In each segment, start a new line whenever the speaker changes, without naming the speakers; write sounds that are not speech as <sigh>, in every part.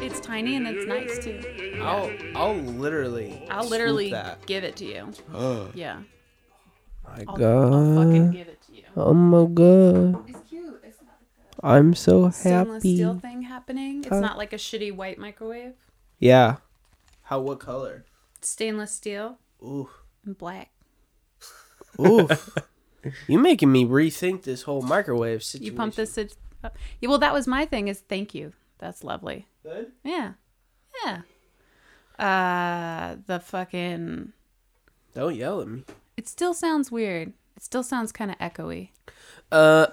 It's tiny and it's nice too.
I'll I'll literally
I'll
swoop
literally
that.
give it to you.
<gasps>
yeah.
Oh My
I'll, I'll fucking give it to you.
Uh, Oh my god. I'm so
Stainless
happy.
steel thing happening. It's not like a shitty white microwave.
Yeah. How what color?
Stainless steel
Oof.
and black.
<laughs> Oof. you making me rethink this whole microwave
You
situation.
pump this it up. Yeah, well, that was my thing. Is thank you. That's lovely.
Good?
Yeah, yeah. Uh, the fucking.
Don't yell at me.
It still sounds weird. It still sounds kind of echoey.
Uh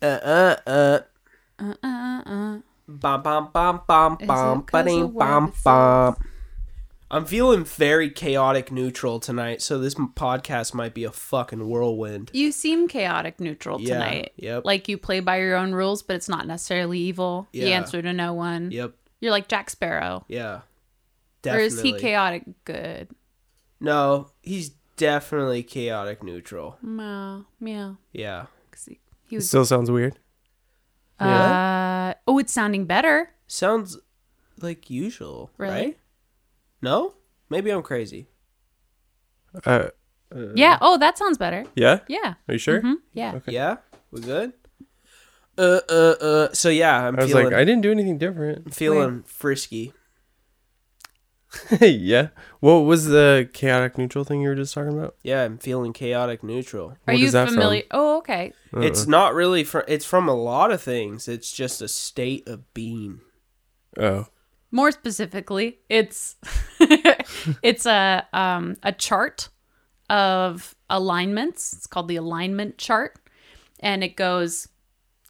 uh uh uh
Uh, uh, uh.
Bum bum bum bum
it
bum
'cause
ba-ding,
of where
bum
this
bum. I'm feeling very chaotic neutral tonight, so this m- podcast might be a fucking whirlwind.
You seem chaotic neutral
Yeah,
tonight.
yep.
Like you play by your own rules, but it's not necessarily evil. You
Yeah.
answer to no one.
Yep.
You're like Jack Sparrow.
Yeah. Definitely.
Or is he chaotic good?
No, he's definitely chaotic neutral.
Meow, meow.
Yeah.
'Cause he, he
It
was.
still sounds weird.
Uh, oh, it's sounding better.
Sounds like usual,
Really?
right? No? Maybe I'm crazy.
Uh,
yeah. Oh, that sounds better.
yeah.
Yeah.
Are you sure?
hmm Yeah.
Yeah? We good? Uh uh uh so yeah, I'm
I was
feeling
like, I didn't do anything different. <laughs>
I'm feeling frisky.
yeah. What was the chaotic neutral thing you were just talking about?
Yeah, I'm feeling chaotic neutral.
Are
What
you
is that from?
familiar? Oh, okay.
Uh-huh.
It's not really from it's from a lot of things. It's just a state of being.
Oh.
More specifically, it's <laughs> it's a um, a chart of alignments. It's called the alignment chart, and it goes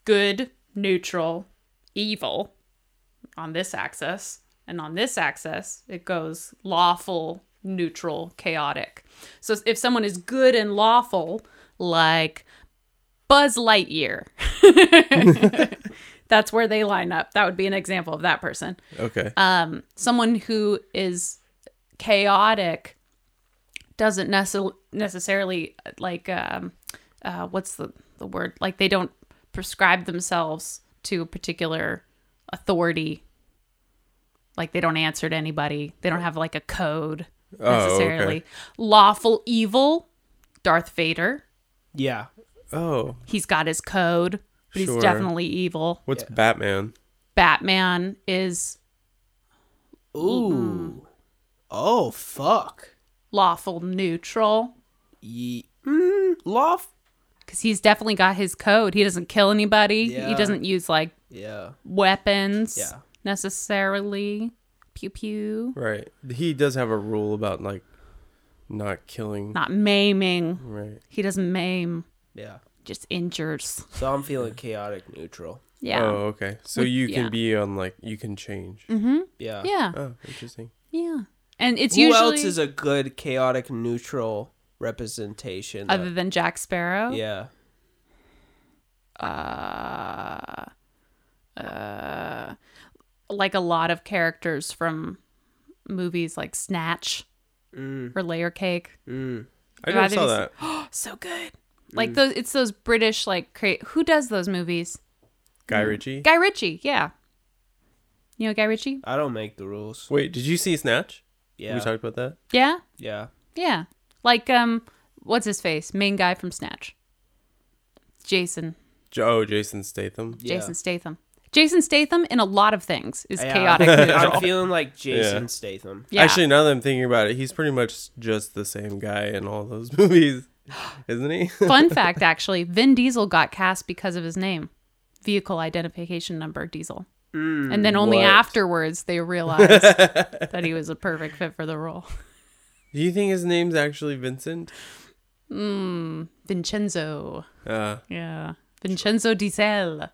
good, neutral, evil on this axis, and on this axis it goes lawful, neutral, chaotic. So if someone is good and lawful, like Buzz Lightyear. <laughs> That's where they line up. That would be an example of that person
Okay.
um, someone who is chaotic doesn't necess- necessarily like um, uh, what's the, the word like they don't prescribe themselves to a particular authority like they don't answer to anybody they don't have like a code
Oh, okay.
necessarily lawful evil darth vader
Yeah.
oh.
he's got his code but
Sure.
he's definitely evil
What's Batman?
batman is
Ooh. Oh fuck.
lawful neutral
Ye- mm, lof-
because he's definitely got his code. He doesn't kill anybody.
Yeah.
He doesn't use like
Yeah.
weapons
Yeah.
necessarily. Pew pew.
Right. He does have a rule about like not killing.
Not maiming.
Right.
He doesn't maim.
Yeah.
Just injures.
So I'm feeling chaotic neutral.
Yeah.
Oh, okay. So
Would-
you can
yeah. Mm-hmm.
be on like you can change.
Yeah.
Yeah.
Oh, interesting.
Yeah. And it's
Who
usually
else is a good chaotic neutral representation?
other
of-
than Jack Sparrow.
yeah.
Like a lot of characters from movies like Snatch
Mm.
or Layer Cake.
I
Rather
never saw
than-
that.
<gasps> So good.
Mm.
Like those, it's those British like cra- who does those movies?
Guy Ritchie.
Guy Ritchie, yeah. You know Guy Ritchie?
I don't make the rules.
Wait, did you see Snatch?
Yeah.
We talked about that.
Yeah,
yeah.
yeah. Like um, what's his face? Main guy from Snatch. Jason.
J- oh, Jason Statham.
Yeah.
Jason Statham. Jason Statham in a lot of things is
Yeah.
chaotic.
<laughs> I'm
neutral.
feeling like Jason
Yeah.
Statham.
yeah.
Actually, now that I'm thinking about it, he's pretty much just the same guy in all those <laughs> movies, isn't he?
Fun fact, actually, Vin Diesel got cast because of his name, vehicle identification number Diesel, and then only
what?
afterwards they realized that he was a perfect fit for the role.
Do you think his name's actually Vincent?
Vincenzo.
Uh,
Yeah. Vincenzo Diesel.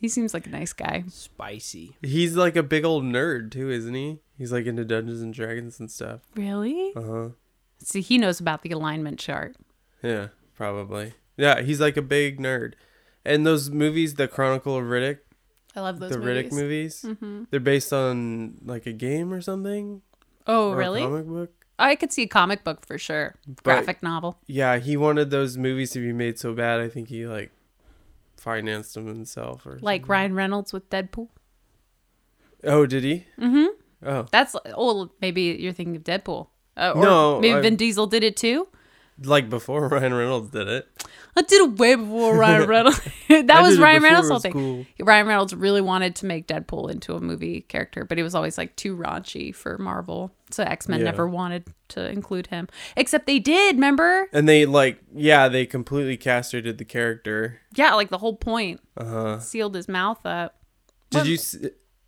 he seems like a nice guy.
Spicy.
he's like a big old nerd too, isn't he? He's like into Dungeons and Dragons and stuff.
Really?
Uh huh.
See, he knows about the alignment chart.
Yeah, probably. Yeah, he's like a big nerd. And those movies, the Chronicle of Riddick,
I love those
the
movies. Mm-hmm.
Riddick movies, they're based on like a game or something.
Oh,
or a
really?
comic book.
I could see a comic book for sure. Graphic novel.
Yeah, he wanted those movies to be made so bad. I think he like financed them himself or
Like Ryan Reynolds with Deadpool.
Oh, did he? Mm-hmm. Oh,
That's oh, maybe you're thinking of Deadpool. Uh, or
No,
maybe
I-
Vin Diesel did it too.
like before <laughs> Ryan Reynolds did it.
I did it way
<laughs>
before Ryan Reynolds. <laughs> that
I
was
did it
Ryan
before
Reynolds'
it
whole
was
thing.
cool.
Ryan Reynolds really wanted to make Deadpool into a movie character, but he was always like too raunchy for Marvel. So X Men
Yeah.
never wanted to include him, except they did. Remember?
And they like, yeah, they completely castrated the character.
Yeah, like the whole point
Uh huh.
sealed his mouth up.
Did you? s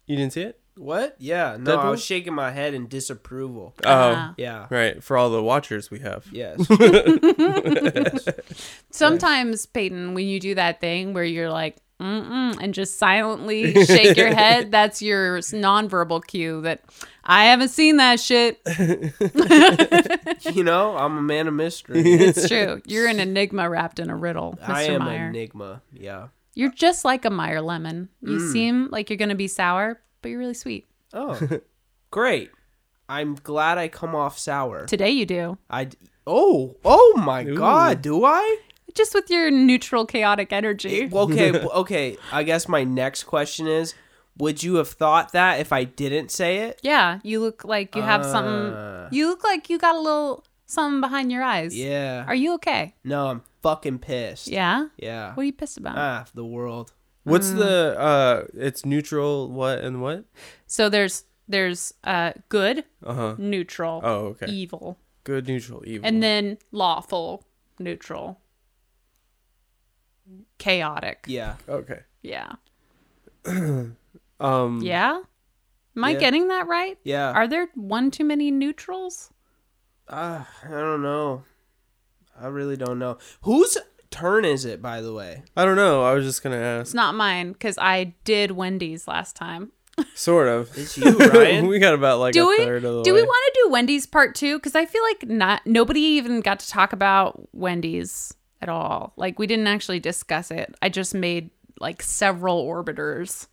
you didn't see it?
What? Yeah. No, I
Deadpool?
was shaking my head in disapproval.
Oh,
Ah.
Yeah.
right. For all the watchers we have.
Yes.
<laughs>
Sometimes, Peyton, when you do that thing where you're like, mm-mm, and just
<laughs>
silently shake your head, that's your nonverbal cue that I haven't seen that shit.
you know, I'm a man of
<laughs>
mystery.
It's
<laughs>
true. You're an enigma wrapped in a riddle, Mr.
I am
Meyer.
an enigma. Yeah.
you're just like a Meyer lemon. You
Mm.
seem like you're going to be sour, but you're really sweet.
Oh,
<laughs>
great. I'm glad I come off sour.
Today you do.
I d- oh oh my god, do I?
Just with your neutral chaotic energy.
<laughs>
Okay, w- okay. I guess my next question is, would you have thought that if I didn't say it?
Yeah, you look like you have
Uh.
something. You look like you got a little something behind your eyes.
Yeah.
Are you okay?
no, I'm fucking pissed.
Yeah.
Yeah.
What are you pissed about?
Ah, the world.
What's
Mm.
the? uh It's neutral. What and what?
So there's there's uh good,
Uh huh.
neutral,
Oh, okay. Mm.
evil,
Good, neutral, evil.
E and then lawful, neutral, chaotic.
Yeah.
okay.
Yeah.
Um.
Yeah? Am I
Yeah.
getting that right?
Yeah.
Are there one too many neutrals?
Ah, I don't know. I really don't know. Whose turn is it, by the way?
I don't know. I was just gonna ask.
It's not mine because I did Wendy's last time.
Sort of.
It's you, Ryan.
<laughs> we got about like
Do
a
we?
third of the
Do
way.
we want to do Wendy's part two? Because I feel like not nobody even got to talk about Wendy's at all. Like we didn't actually discuss it. I just made like several orbiters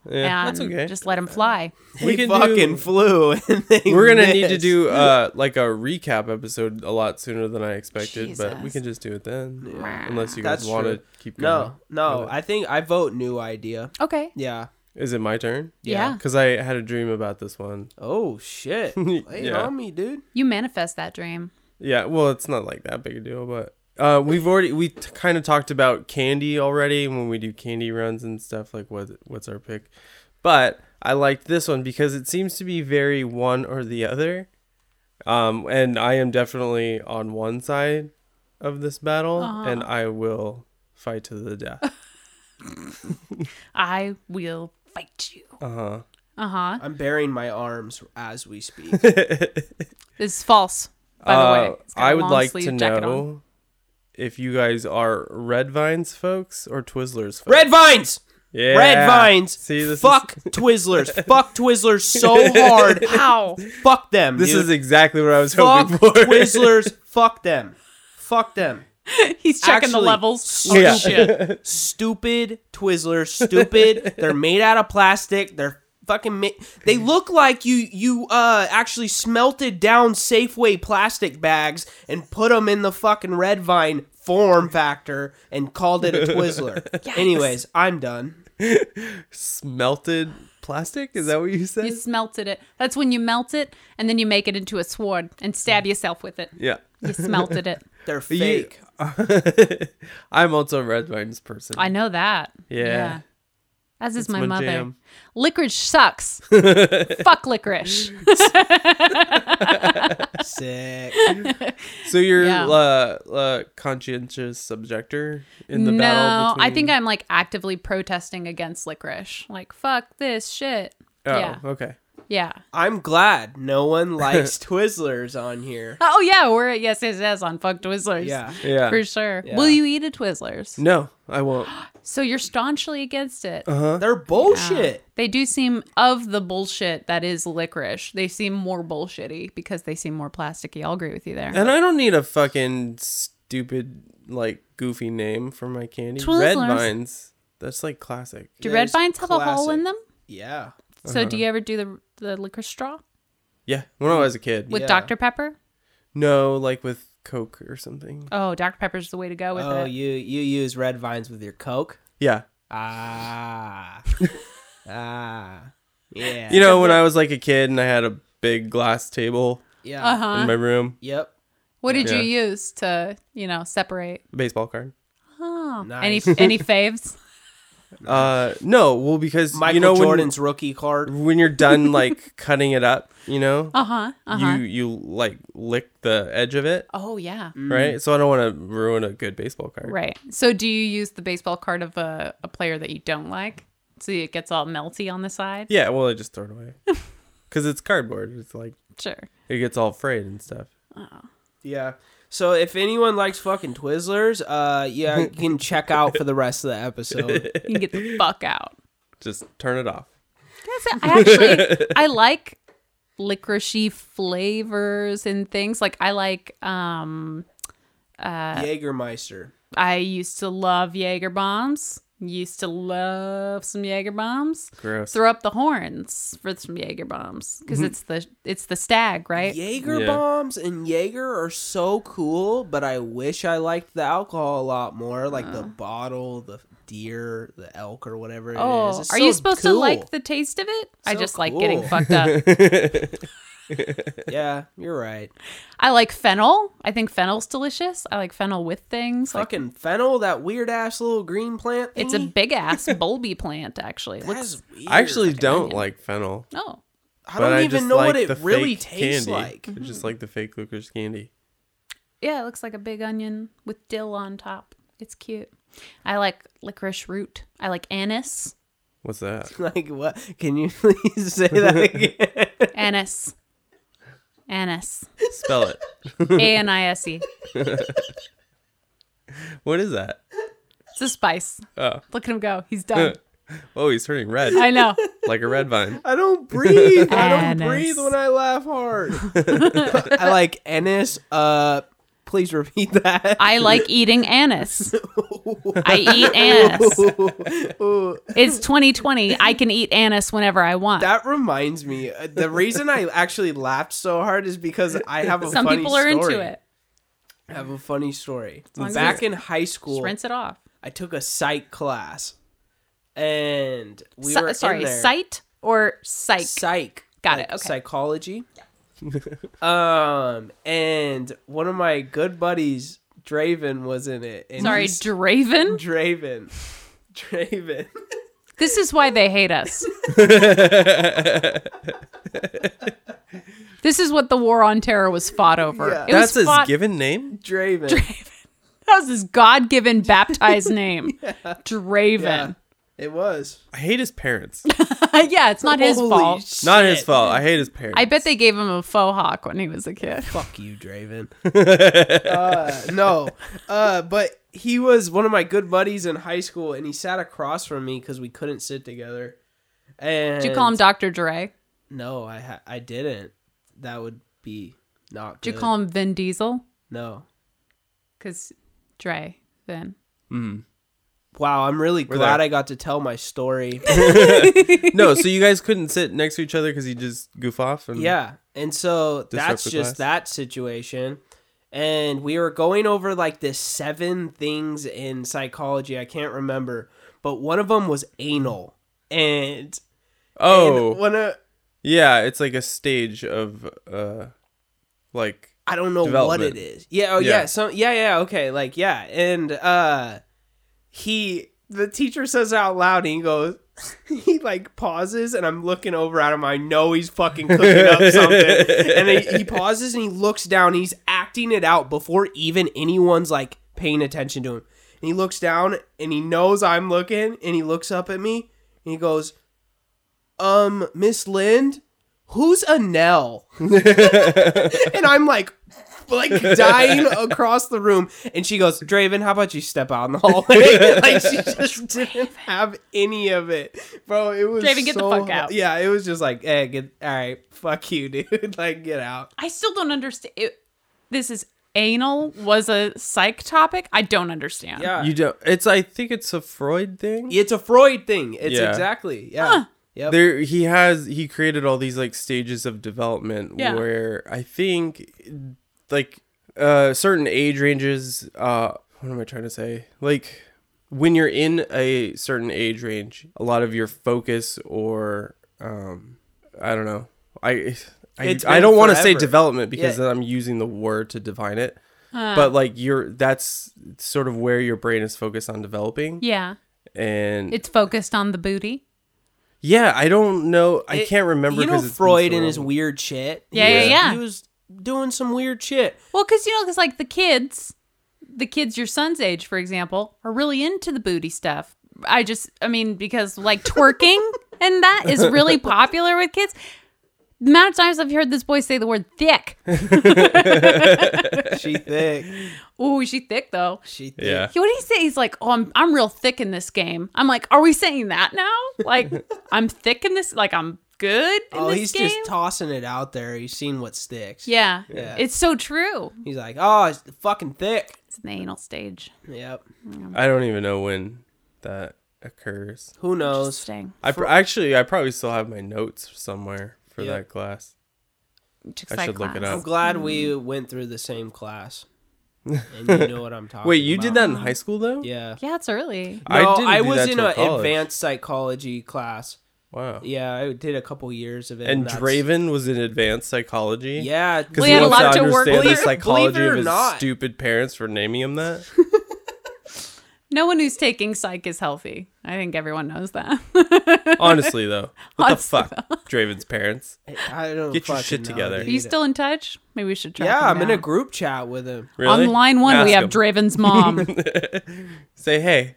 and
Yeah, that's okay.
just let them fly.
We
They
can
fucking
do-
flew. <laughs> And they
We're gonna need to
missed. <laughs>
do uh like a recap episode a lot sooner than I expected, but we
Jesus.
can just do it then. Unless you
That's
guys want to
true.
keep going.
No, no. I think I vote new idea.
Okay.
Yeah.
Is it my turn?
Yeah.
Because I had a dream about this one.
Oh shit.
<laughs>
Lay it
Yeah.
on me, dude.
You manifest that dream.
Yeah. Well, it's not like that big a deal, but uh, we've already we t- kind of talked about candy already when we do candy runs and stuff like what what's our pick, but I liked this one because it seems to be very one or the other, um, and I am definitely on one side of this battle, and I will fight to the death.
I will fight you.
Uh huh.
Uh huh.
I'm burying my arms as we speak.
<laughs>
This is false. <laughs> By the way, He's got a
Uh, I would
long
like to
sleeve jacket on.
know if you guys are Red Vines folks or Twizzlers folks.
Red vines.
yeah.
Red vines.
See, this
Fuck
Is,
Twizzlers.
<laughs>
Fuck Twizzlers so hard.
How?
Fuck them.
this
dude.
is exactly what I was
fuck
hoping for. <laughs>
Twizzlers. Fuck them. Fuck them.
He's checking the
Actually,
levels. Oh,
yeah.
shit.
Stupid Twizzlers. Stupid. They're made out of plastic. They're fucking. Ma- they look like you you uh actually smelted down Safeway plastic bags and put them in the fucking red vine form factor and called it a Twizzler.
<laughs>
Anyways, I'm done.
Smelted plastic? Is that what you said?
You smelted it. That's when you melt it and then you make it into a sword and stab yourself with
<laughs>
it.
yeah.
You smelted it.
They're fake.
<laughs> I'm also a Red Vines person.
I know that.
Yeah.
As is
It's
my,
my
mother.
jam.
Licorice
<laughs>
sucks. Fuck licorice.
Sick.
<laughs> so you're
Yeah.
uh, uh, conscientious subjector in
<laughs>
the
no,
battle between...
I think I'm like actively protesting against licorice. Like, fuck this shit.
Oh,
Yeah.
okay.
Yeah.
I'm glad no
<laughs>
one likes Twizzlers on here.
Oh, yeah. We're at Yes Yes Yes on Fuck Twizzlers.
Yeah.
Yeah.
For sure.
Yeah.
Will you eat a Twizzlers?
No, I won't.
So you're staunchly against it.
Uh-huh.
They're bullshit.
They do seem of the bullshit that is licorice. They seem more bullshitty because they seem more plasticky. I'll agree with you there.
And I don't need a fucking stupid, like, goofy name for my candy. Red
Twizzlers.
vines. That's like classic.
Do red
There's
vines have a hole
classic.
in them?
Yeah.
So do you ever do the the licorice straw
Yeah, when I was a kid.
with
Yeah.
Dr Pepper?
no, like with Coke or something.
Oh, Dr Pepper's the way to go with
Oh,
it.
you you use red vines with your Coke?
Yeah. <laughs>
Ah. ah. Yeah.
You know, when I was like a kid and I had a big glass table
Yeah.
Uh
in
huh.
my room,
Yep.
What did
Yeah.
you use to you know separate?
baseball card.
Oh,
Nice.
any any
<laughs>
faves?
Uh, no, well because
Michael
you know when,
Jordan's rookie card.
when you're
<laughs>
done like cutting it up, you know,
Uh huh. Uh huh.
you you like lick the edge of it,
Oh yeah.
Mm.
right? So I don't want to ruin a good baseball card.
Right. So do you use the baseball card of a, a player that you don't like? So it gets all melty on the side?
Yeah, well, I just throw
<laughs>
it away because it's cardboard. It's like
Sure.
it gets all frayed and stuff.
Yeah. So if anyone likes fucking Twizzlers, uh, yeah, you can check out for the rest of the episode.
<laughs>
You can get
<laughs>
the fuck out.
Just turn it off.
That's- I actually I like licoricey flavors and things. Like I like um Uh,
Jägermeister.
I used to love Jaeger bombs. Used to love some Jaeger bombs.
Gross. <laughs>
Throw up the horns for some Jaeger bombs because
Mm-hmm.
it's the it's the stag, right?
Jaeger
Yeah.
bombs and Jaeger are so cool, but I wish I liked the alcohol a lot more, like
Uh.
the bottle, the deer, the elk, or whatever it is.
Oh,
It's
are
so
you supposed to
cool.
like the taste of it? I
So
just like
cool.
getting fucked
<laughs>
up.
Yeah, you're right.
I like fennel. I think fennel's delicious. I like fennel with things. Like,
Fucking fennel, that weird ass little green plant.
it's a
thingy.
big ass bulby plant, actually. It looks
That's weird.
I actually don't
onion.
like fennel.
oh,
I don't even
just
know
like
what
the
it really
fake
tastes
candy.
like. <laughs>
I
Mm-hmm.
just like the fake Lucas candy.
yeah, it looks like a big onion with dill on top. It's cute. I like licorice root. I like anise.
What's that?
Like what? Can you <laughs> please say that again?
Anise.
<laughs>
Anise.
<laughs> Spell it.
A N I S E.
What is that?
It's a spice.
Oh,
Look at him go. He's
<laughs>
done.
oh, he's turning red
I know.
like a red <laughs> vine.
I don't breathe. I don't
Anise.
breathe when I laugh
<laughs>
hard. <laughs> I like Ennis. Uh, please repeat that.
I like eating
<laughs>
anise. I eat anise.
Ooh,
It's 2020. I can eat anise whenever I want.
that reminds me. uh, The reason I actually laughed so hard is because I
<laughs>
have a
Some
funny
people are
story.
into it.
I have a funny story.
long as
Back
it's-
in high
Just
school,
rinse it off.
I took a psych class, and we
Si-
were in
sorry,
there.
sight or psych.
psych.
Got
like
it, okay.
Psychology. um, and one of my good buddies, Draven, was in it. And
sorry,
he's-
Draven.
Draven. <laughs> Draven. <laughs>
This is why they hate us. this is what the war on terror was fought over.
Yeah.
It
That's
was
his
fought-
given name.
Draven.
That was his God-given
<laughs>
baptized name,
yeah,
Draven.
it was.
I hate his parents.
<laughs>
<laughs> Yeah. it's not his
Holy
fault.
shit.
Not his fault. I hate his parents.
I bet they gave him a faux hawk when he was a kid.
Fuck you,
<laughs>
Draven. uh, no, uh, but he was one of my good buddies in high school, and he sat across from me because we couldn't sit together. And
Did you call him Dr. Dre?
No, I ha- I didn't. That would be not.
Did you
good.
call him Vin Diesel?
No.
Because Dre, Vin.
Wow, I'm really
We're
glad
there.
I got to tell my
<laughs>
story. <laughs>
no, so you guys couldn't sit next to each other because you just goof off. And
yeah. And so that's
Disrupt the
just
class.
that situation. And we were going over like this seven things in psychology. I can't remember, but one of them was anal. And
Oh,
and one of
yeah. It's like a stage of uh, like
I don't know what
Development.
it is. Yeah, oh yeah.
Yeah.
So yeah, yeah, okay. Like yeah. And uh he the teacher says out loud and he goes <laughs> he like pauses and I'm looking over at him. I know he's fucking cooking up something. And then he
<laughs>
pauses and he looks down. He's acting it out before even anyone's like paying attention to him. And he looks down and he knows I'm looking and he looks up at me and he goes, "Um, Miss Lind, who's a
<laughs>
Nell?" and I'm like, like dying across the room. And she goes, Draven, how about you step out in the
<laughs>
hallway? like she just didn't have any of it, bro. It was
Draven, get the
so
fuck
hu-
out.
Yeah, it was just like, hey, get all right, fuck you, <laughs> dude. like, get out.
I still don't understand. It, this is anal was a psych topic, I don't understand.
Yeah.
You don't. It's. I think it's a Freud thing.
It's a Freud thing. It's
Yeah.
exactly. Yeah. Yep.
There, he has. He created all these like stages of development
Yeah.
where I think, like, uh, certain age ranges. Uh, what am I trying to say? Like, when you're in a certain age range, a lot of your focus or, um, I don't know. I. I,
It's
I
been
don't want to say
forever.
development because
Yeah.
then I'm using the word to define it. but like you're that's sort of where your brain is focused on developing
Yeah.
and
It's focused on the booty.
yeah i don't know i
It-
can't remember
You know
'cause it's been
Freud
so
and his
long.
weird shit.
Yeah, yeah,
Yeah.
yeah.
He was doing some weird shit.
Well, because you know, because like the kids, the kids your son's age, for example, are really into the booty stuff. I just, I mean, because like
<laughs>
twerking and that is really popular with kids. The amount of times I've heard this boy say the word
<laughs>
thick.
She thick.
Ooh, is she thick though?
She thick.
<laughs> yeah
He- What did he say? He's like, oh, I'm, I'm real thick in this game. I'm like, are we saying that now?
<laughs>
Like, I'm thick in this. Like, I'm good. In
Oh,
this
he's
game?
just tossing it out there. He's seen what sticks.
yeah,
Yeah.
it's so true.
He's like, oh, it's fucking thick.
It's the anal stage.
Yep.
i don't even know when that occurs
Who knows?
Interesting.
i pr- actually i probably still have my notes somewhere for
Yeah.
that class
Took
I
psych
should look it
class.
I'm glad we
Mm-hmm.
went through the same class.
<laughs>
And you know what I'm talking
wait you
about.
did that in high school though
Yeah.
Yeah, it's early.
No, I,
didn't do
was
that
in
till
an
college.
advanced psychology class.
wow
Yeah, I did a couple years of it.
and
that's-
Draven was in advanced psychology
Yeah.
because
We
he
had a
wants
lot
to
to work
understand the
with.
Believe
psychology
it or
of his
not.
stupid parents for naming
<laughs>
him that.
No one who's taking psych is healthy. I think everyone knows that.
Honestly, though, what the
Honestly,
fuck, Draven's parents?
I don't
Get your
fucking
shit
know,
together.
Are
dude.
you still in touch? Maybe we should try.
Yeah, I'm in a group chat with him.
Really?
On line one, we
Ask
have
him.
Draven's mom.
<laughs> Say, hey, tell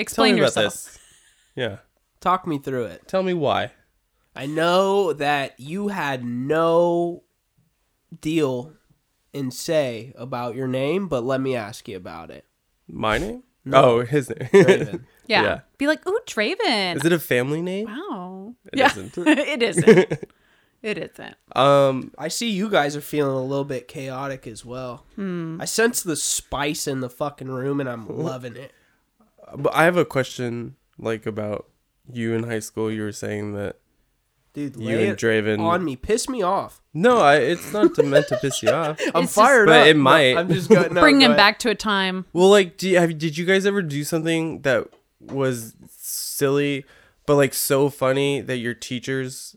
Explain
me
yourself.
about this. Yeah,
Talk me through it.
tell me why.
I know that you had no deal and say about your name, but let me ask you about it.
My name?
No.
Oh, his name.
Draven.
Yeah.
Yeah.
Be like, ooh, Draven.
<laughs> Is it a family name?
wow.
It
yeah.
isn't.
<laughs> it isn't. It isn't.
Um,
I see you guys are feeling a little bit chaotic as well.
Hmm.
I sense the spice in the fucking room and I'm loving it.
but I have a question like about you in high school. You were saying that
Dude,
you
lay
and
it
Draven.
on me. Piss me off.
No, I, it's not to- meant to piss
<laughs>
you off.
I'm
It's just-
fired
But
up.
it
No,
might.
I'm just
<laughs>
going no,
Bring
go
him
ahead.
back to a time.
Well, like, do you, have, did you guys ever do something that was silly, but like so funny that your teachers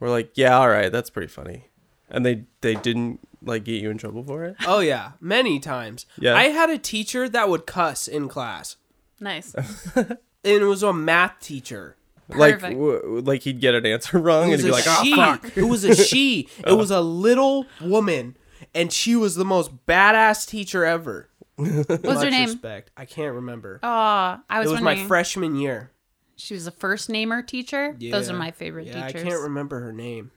were like, "Yeah, all right, that's pretty funny," and they they didn't like get you in trouble
<laughs>
for it?
Oh yeah, many times.
Yeah.
I had a teacher that would cuss in class.
Nice.
And it was a math teacher.
Like,
Perfect.
w- like he'd get an answer <laughs> wrong
It
and
was
he'd be
a
like, "Ah,
she.
fuck."
It was a she. It was a little woman, and she was the most badass teacher ever.
What's her
Much
name?
Respect. I can't remember.
Oh, I was,
it was
wondering.
my freshman year.
She was a first namer teacher. Those are
Yeah.
my favorite
Yeah,
teachers.
I can't remember her name.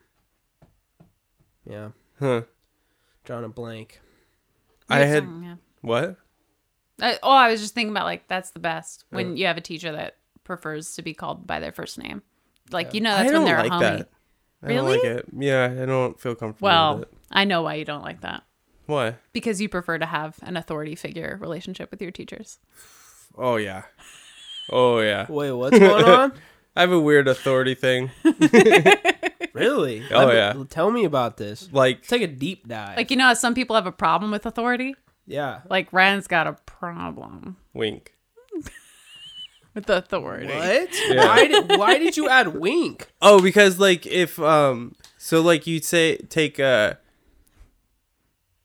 Yeah,
Huh.
drawing a blank.
I had
Yeah.
what?
I, oh, I was just thinking about like that's the best
Oh.
when you have a teacher that prefers to be called by their first name. Like you know that's when
I don't
they're
like
a homie.
that. I don't like
Really?
it. Yeah, I don't feel comfortable.
Well,
with it.
I know why you don't like that
why?
because you prefer to have an authority figure relationship with your teachers.
Oh yeah, oh yeah.
Wait,
<laughs>
what's going on?
I have a weird authority thing.
really?
Oh,
Let me-
yeah.
Tell me about this.
Like,
Take a deep dive.
Like you know how some people have a problem with authority.
yeah.
Like Ryan's got a problem
wink.
with authority.
What? Why, did, why did you add wink?
Oh, because like if um so like you'd say take uh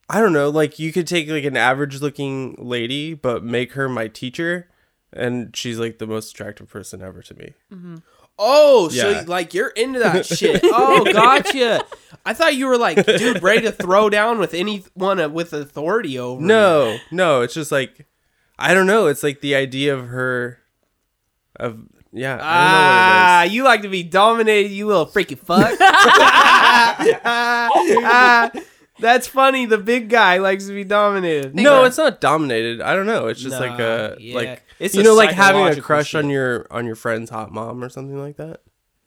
I don't know, like you could take like an average looking lady but make her my teacher and she's like the most attractive person ever to me.
Oh,
Yeah.
so like you're into
<laughs>
that shit. Oh, gotcha. I thought you were like, dude, ready to throw down with anyone with authority over. me.
No, no, it's just like I don't know, it's like the idea of her of yeah,
Ah,
I
you like to be dominated, you little freaky
<laughs>
fuck. <laughs> Ah, that's funny. The big guy likes to be dominated.
don't know what it is. No, it's not dominated. I don't know. It's just
Nah,
like a
yeah.
like
It's
you
a
know like having a
psychological
crush
shit.
on your on your friend's hot mom or something like that.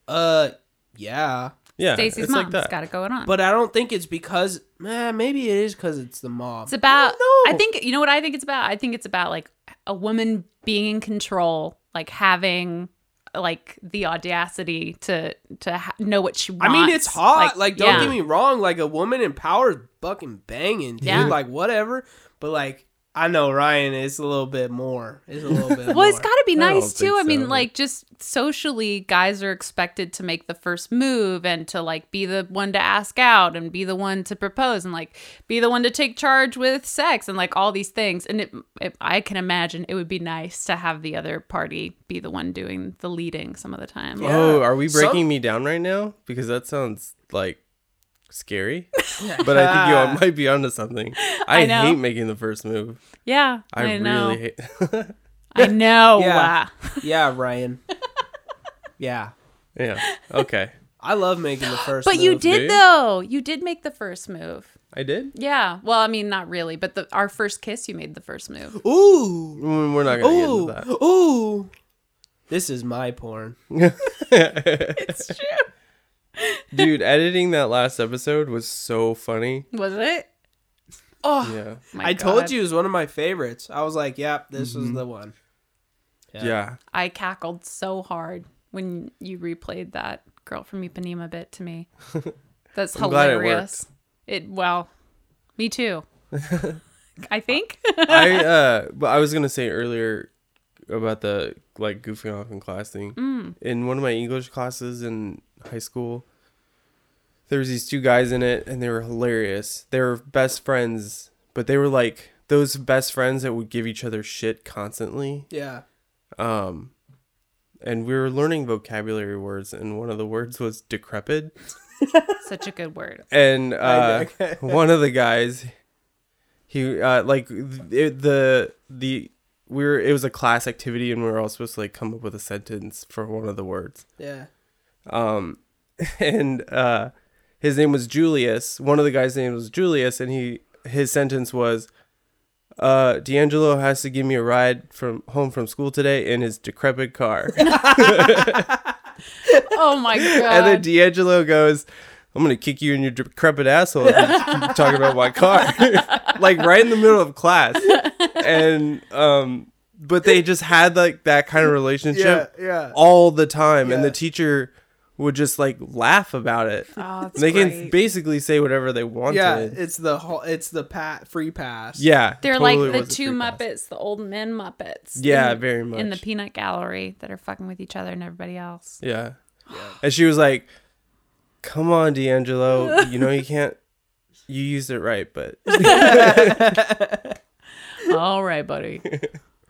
uh, yeah.
Yeah,
Stacy's
it's
mom's
like that.
got it going on.
But I don't think it's because. Eh, maybe it is because it's the mom.
It's about.
I
I,
don't know.
think you know what I think it's about. I think it's about like a woman being in control, like having like the audacity to to ha- know what she wants.
I mean, it's hot. Like, don't
yeah.
get me wrong. Like, a woman in power is fucking banging, dude.
Yeah.
Like, whatever. But, like, I know Ryan is a little bit more. It's a little
<laughs>
bit more.
Well,
<laughs>
it's got to be
I don't
nice too.
think
I mean,
so.
like just socially, guys are expected to make the first move and to like be the one to ask out and be the one to propose and like be the one to take charge with sex and like all these things. And it, it, I can imagine it would be nice to have the other party be the one doing the leading some of the time.
Yeah.
Oh, are we
Some-
breaking me down right now? Because that sounds like
<laughs>
scary. but I think you all might be
<laughs>
onto something. I,
I know.
hate making the first move.
Yeah,
I,
I, know.
really hate. <laughs>
I know.
Yeah. <laughs> Yeah,
<laughs>
Ryan. yeah.
yeah. Okay.
I love making
<gasps>
the first
But you
move,
did
dude.
though. You did make the first move.
I did.
Yeah. Well, I mean, not really, but the our first kiss, you made the first move.
Ooh.
Mm, We're not gonna
Ooh.
get into
Ooh. This is my porn.
that. <laughs>
It's true.
Dude, editing that last episode was so funny.
Was it?
Oh.
Yeah.
My
I
God.
told you it was one of my favorites. I was like, yep, this
Mm-hmm.
is the one.
Yeah.
I cackled so hard when you replayed that girl from Ipanema bit to
<laughs>
me. That's
I'm glad it
hilarious. It, well, me
<laughs>
too. I think. <laughs>
I uh but I was gonna say earlier about the like goofing off in class thing. In one of my English classes in high school, there was these two guys in it and they were hilarious. They were best friends, but they were like those best friends that would give each other shit constantly.
Yeah.
Um and we were learning vocabulary words and one of the words was decrepit
Such a good word.
and uh,
know.
one of the guys, he uh, like th- it, the the we were it was a class activity and we were all supposed to like come up with a sentence for one of the words. <laughs>
Yeah.
Um, and uh, his name was Julius. One of the guys' name was Julius, and he his sentence was, uh, "D'Angelo has to give me a ride from home from school today in his decrepit car." <laughs>
Oh my
And then
god.
D'Angelo goes, I'm going to kick you in your decrepit asshole if
<laughs>
you keep talking about my car. <laughs> like right in the middle of class. And, um, but they just had like that kind of relationship
yeah.
all the time. And
Yeah.
the teacher would just like laugh about it.
Oh, that's
they can
great.
basically say whatever they wanted.
Yeah,
Yeah.
it's the whole it's the pat free pass.
They're
totally
like
was
the
a
two
free pass.
Muppets, the old men Muppets.
Yeah,
in-
very
In the
much.
peanut gallery that are fucking with each other and everybody
<laughs>
else.
Yeah. And she was like, Come on, D'Angelo.
<laughs>
You know, you can't, you used it right, but
All right,
<laughs>
buddy.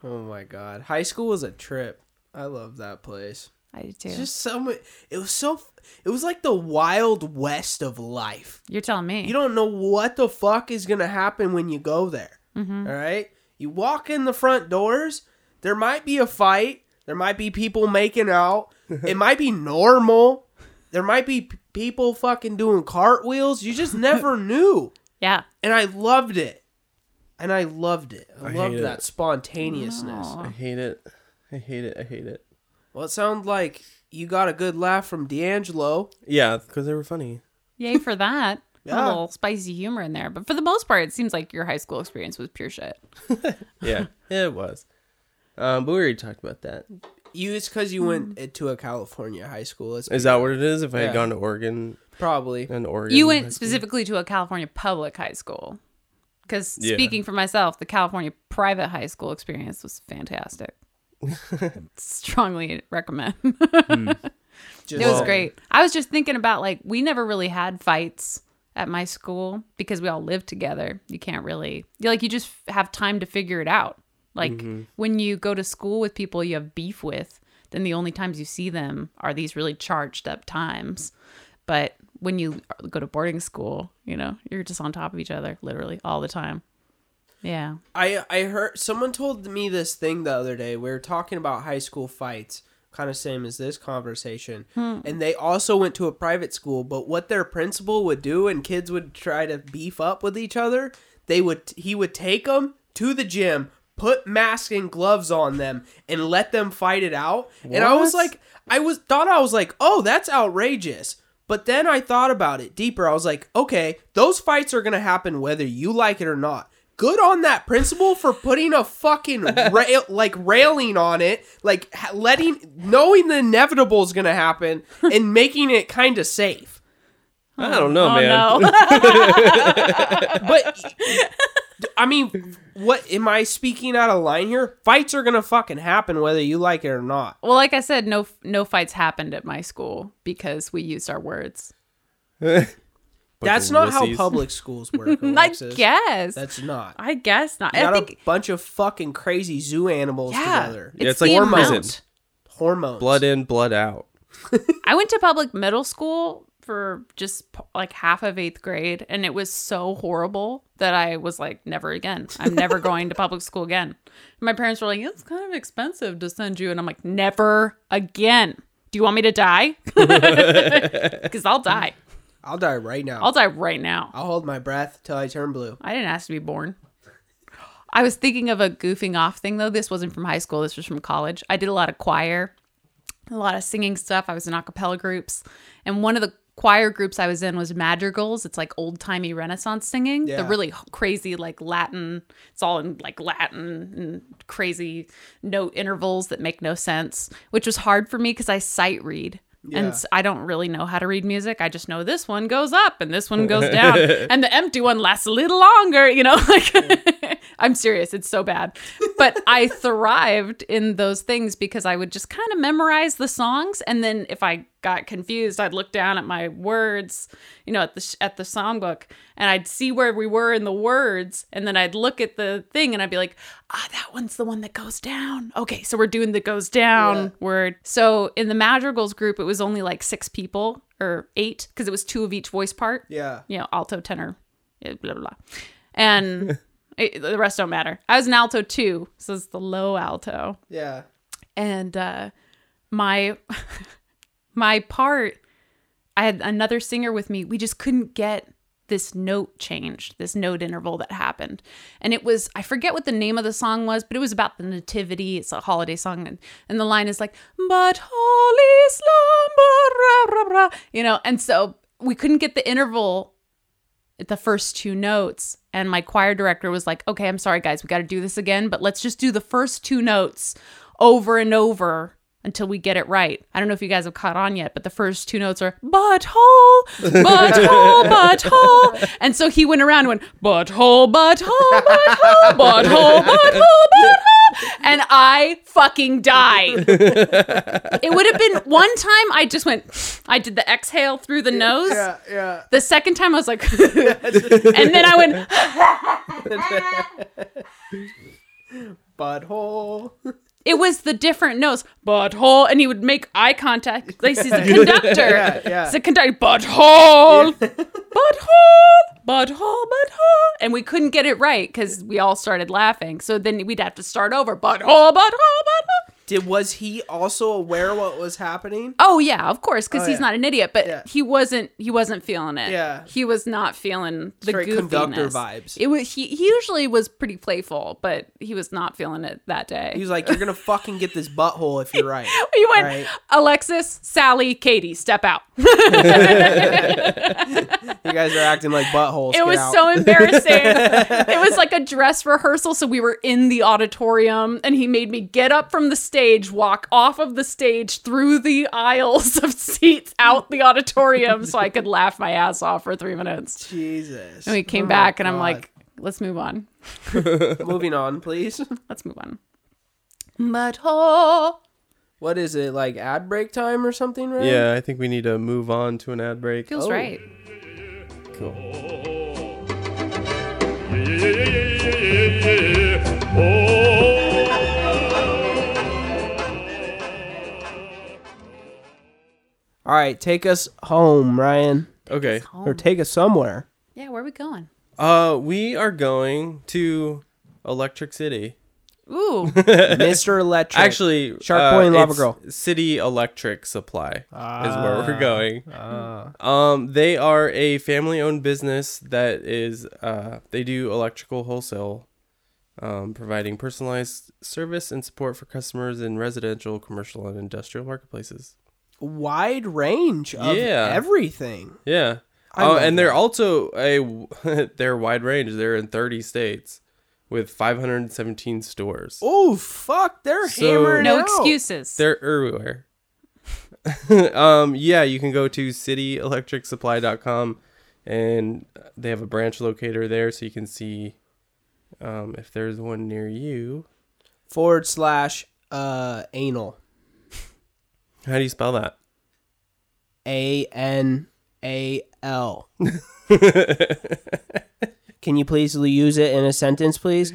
Oh my god. High school was a trip. I love that place.
I do too.
It's just so mu- it was so f- it was like the wild west of life.
You're telling me.
You don't know what the fuck is going to happen when you go there. All right? You walk in the front doors, there might be a fight, there might be people making out. it might be normal. There might be p- people fucking doing cartwheels. You just never knew.
yeah.
and I loved it. And I loved it. I,
I
loved
hate
that
it.
spontaneousness.
Aw.
I hate it. I hate it. I hate it.
Well, it sounded like you got a good laugh from D'Angelo.
Yeah, because they
<laughs>
were funny.
Yay for
<laughs>
that. A
Yeah.
little spicy humor in there. But for the most part, it seems like your high school experience was pure shit.
Yeah, it was. Um, but we already talked about that.
You, it's because you
Mm.
went to a California high school. It's
Is that what it is? If I
Yeah.
had gone to Oregon
probably.
and Oregon,
You
high
went
school?
specifically to a California public high school. Because
Yeah.
speaking for myself, the California private high school experience was
<laughs>
fantastic. Strongly recommend.
Just,
It was great. I was just thinking about like we never really had fights at my school because we all lived together. You can't really you like you just have time to figure it out. Like when you go to school with people you have beef with, then the only times you see them are these really charged up times. But when you uh, go to boarding school, you know, you're just on top of each other literally all the time. Yeah.
I I heard someone told me this thing the other day. We were talking about high school fights, kind of same as this conversation.
Hmm.
And they also went to a private school, but what their principal would do and kids would try to beef up with each other, they would he would take them to the gym, put masks and gloves on them and let them fight it out. And I was
What?
like I was thought I was like, "Oh, that's outrageous." But then I thought about it deeper. I was like, okay, those fights are going to happen whether you like it or not. Good on that principle for putting
<laughs>
a fucking rail, like railing on it, like ha- letting, knowing the inevitable is going
<laughs>
to happen and making it kind of safe.
I don't know,
oh
man.
<laughs> no.
But I mean, what am I speaking out of line here? Fights are going to fucking happen whether you like it or not.
well, like I said, no no fights happened at my school because we used our words.
That's not how
wussies.
public schools work.
<laughs> I
Alexis.
guess.
That's not.
I guess not.
You got
I think
a bunch of fucking crazy zoo animals
yeah,
together.
It's,
Yeah, it's
the
like
amount.
prison.
Hormones.
blood in, blood out.
I went to public middle school for just p- like half of eighth grade, and it was so horrible that I was like, never again. I'm never going to public school again. My parents were like, it's kind of expensive to send you. And I'm like, never again. Do you want me to
<laughs>
die? <laughs> Because I'll die.
I'll die right now.
I'll
I'll,
die right now.
hold my breath till I turn blue.
I didn't ask to be born. I was thinking of a goofing off thing though. This wasn't from high school. This was from college. I did a lot of choir, a lot of singing stuff. I was in a cappella groups, and one of the choir groups I was in was madrigals. It's like old timey Renaissance singing, the
Yeah.
really h- crazy like Latin. It's all in like Latin and crazy note intervals that make no sense, which was hard for me because I sight read. And
Yeah.
s- I don't really know how to read music. I just know this one goes up and this one goes down, and the empty one lasts a little longer. You know, <laughs> like I'm serious. It's so bad, but I thrived in those things because I would just kind of memorize the songs, and then if I got confused, I'd look down at my words, you know, at the sh- at the songbook, and I'd see where we were in the words, and then I'd look at the thing, and I'd be like, ah, that one's the one that goes down. Okay, so we're doing the goes down
Yeah.
word. So in the madrigals group, it was only like six people or eight because it was two of each voice part.
Yeah.
You know, alto, tenor, eh, blah, blah, blah.
<laughs>
And it, the rest don't matter. I was an alto two, so it's the low alto
Yeah.
and uh my <laughs> my part i had another singer with me we just couldn't get this note changed this note interval that happened and it was i forget what the name of the song was but it was about the nativity it's a holiday song and, and the line is like but holy slumber rah, rah, rah," you know and so we couldn't get the interval the first two notes and my choir director was like okay i'm sorry guys we got to do this again but let's just do the first two notes over and over until we get it right i don't know if you guys have caught on yet but the first two notes are butthole butthole butthole and so he went around and went butthole butthole butthole butthole butthole butthole and i fucking died it would have been one time i just went i did the exhale through the nose
<laughs> Yeah.
the second time I was like, <laughs> and then I went,
Butthole.
it was the different nose, butthole, and he would make eye contact. Like
<laughs>
he's a conductor.
Yeah, yeah.
He's a conductor, butthole,
<laughs>
butthole, butthole, butthole. And we couldn't get it right because we all started laughing. So then we'd have to start over, butthole, butthole, butthole.
Did was he also aware what was happening?
Oh yeah, of course, because
Oh,
he's
yeah.
not an idiot, but
Yeah.
he wasn't. He wasn't feeling it.
Yeah.
he was not feeling the
Straight
goofiness.
conductor vibes.
It was. He, he usually was pretty playful, but he was not feeling it that day.
He was like, "You're gonna fucking get this butthole if you're
<laughs>
right."
he went,
Right.
Alexis, Sally, Katie, step
<laughs>
out.
You guys are acting like buttholes.
It
Get
was
out. <laughs>
so embarrassing. it was like a dress rehearsal. So we were in the auditorium, and he made me get up from the stage, walk off of the stage through the aisles of seats out the auditorium so I could laugh my ass off for three minutes.
Jesus.
And we came
Oh my
back, and I'm
God.
like, let's move on.
moving on, please. <laughs>
Let's move on. But oh,
What is it like? Ad break time or something? Right?
Yeah, I think we need to move on to an ad break.
feels
Oh.
right.
Cool.
All right, take us home, Ryan,
Okay.
or take us
<laughs>
somewhere.
Yeah, where are we going?
Uh, we are going to Electric City.
<laughs>
Ooh,
Mr. Electric.
Actually,
Shark
uh,
Boy and Lava
it's
Girl. Ah.
City Electric Supply is where we're going. Um, they are a family-owned business that is uh, they do electrical wholesale, um, providing personalized service and support for customers in residential, commercial, and industrial marketplaces.
wide range of
Yeah.
everything.
Yeah.
I
oh,
love
and they're also a <laughs> they're wide range. They're in 30 states with 517 stores.
Oh fuck, they're
So-
hammering
No
out.
excuses.
They're everywhere. <laughs> um yeah, you can go to cityelectricsupply.com and they have a branch locator there so you can see um if there's one near you.
Forward slash uh anal.
How do you spell that?
A N A <laughs> L. Can you please use it in a sentence, please?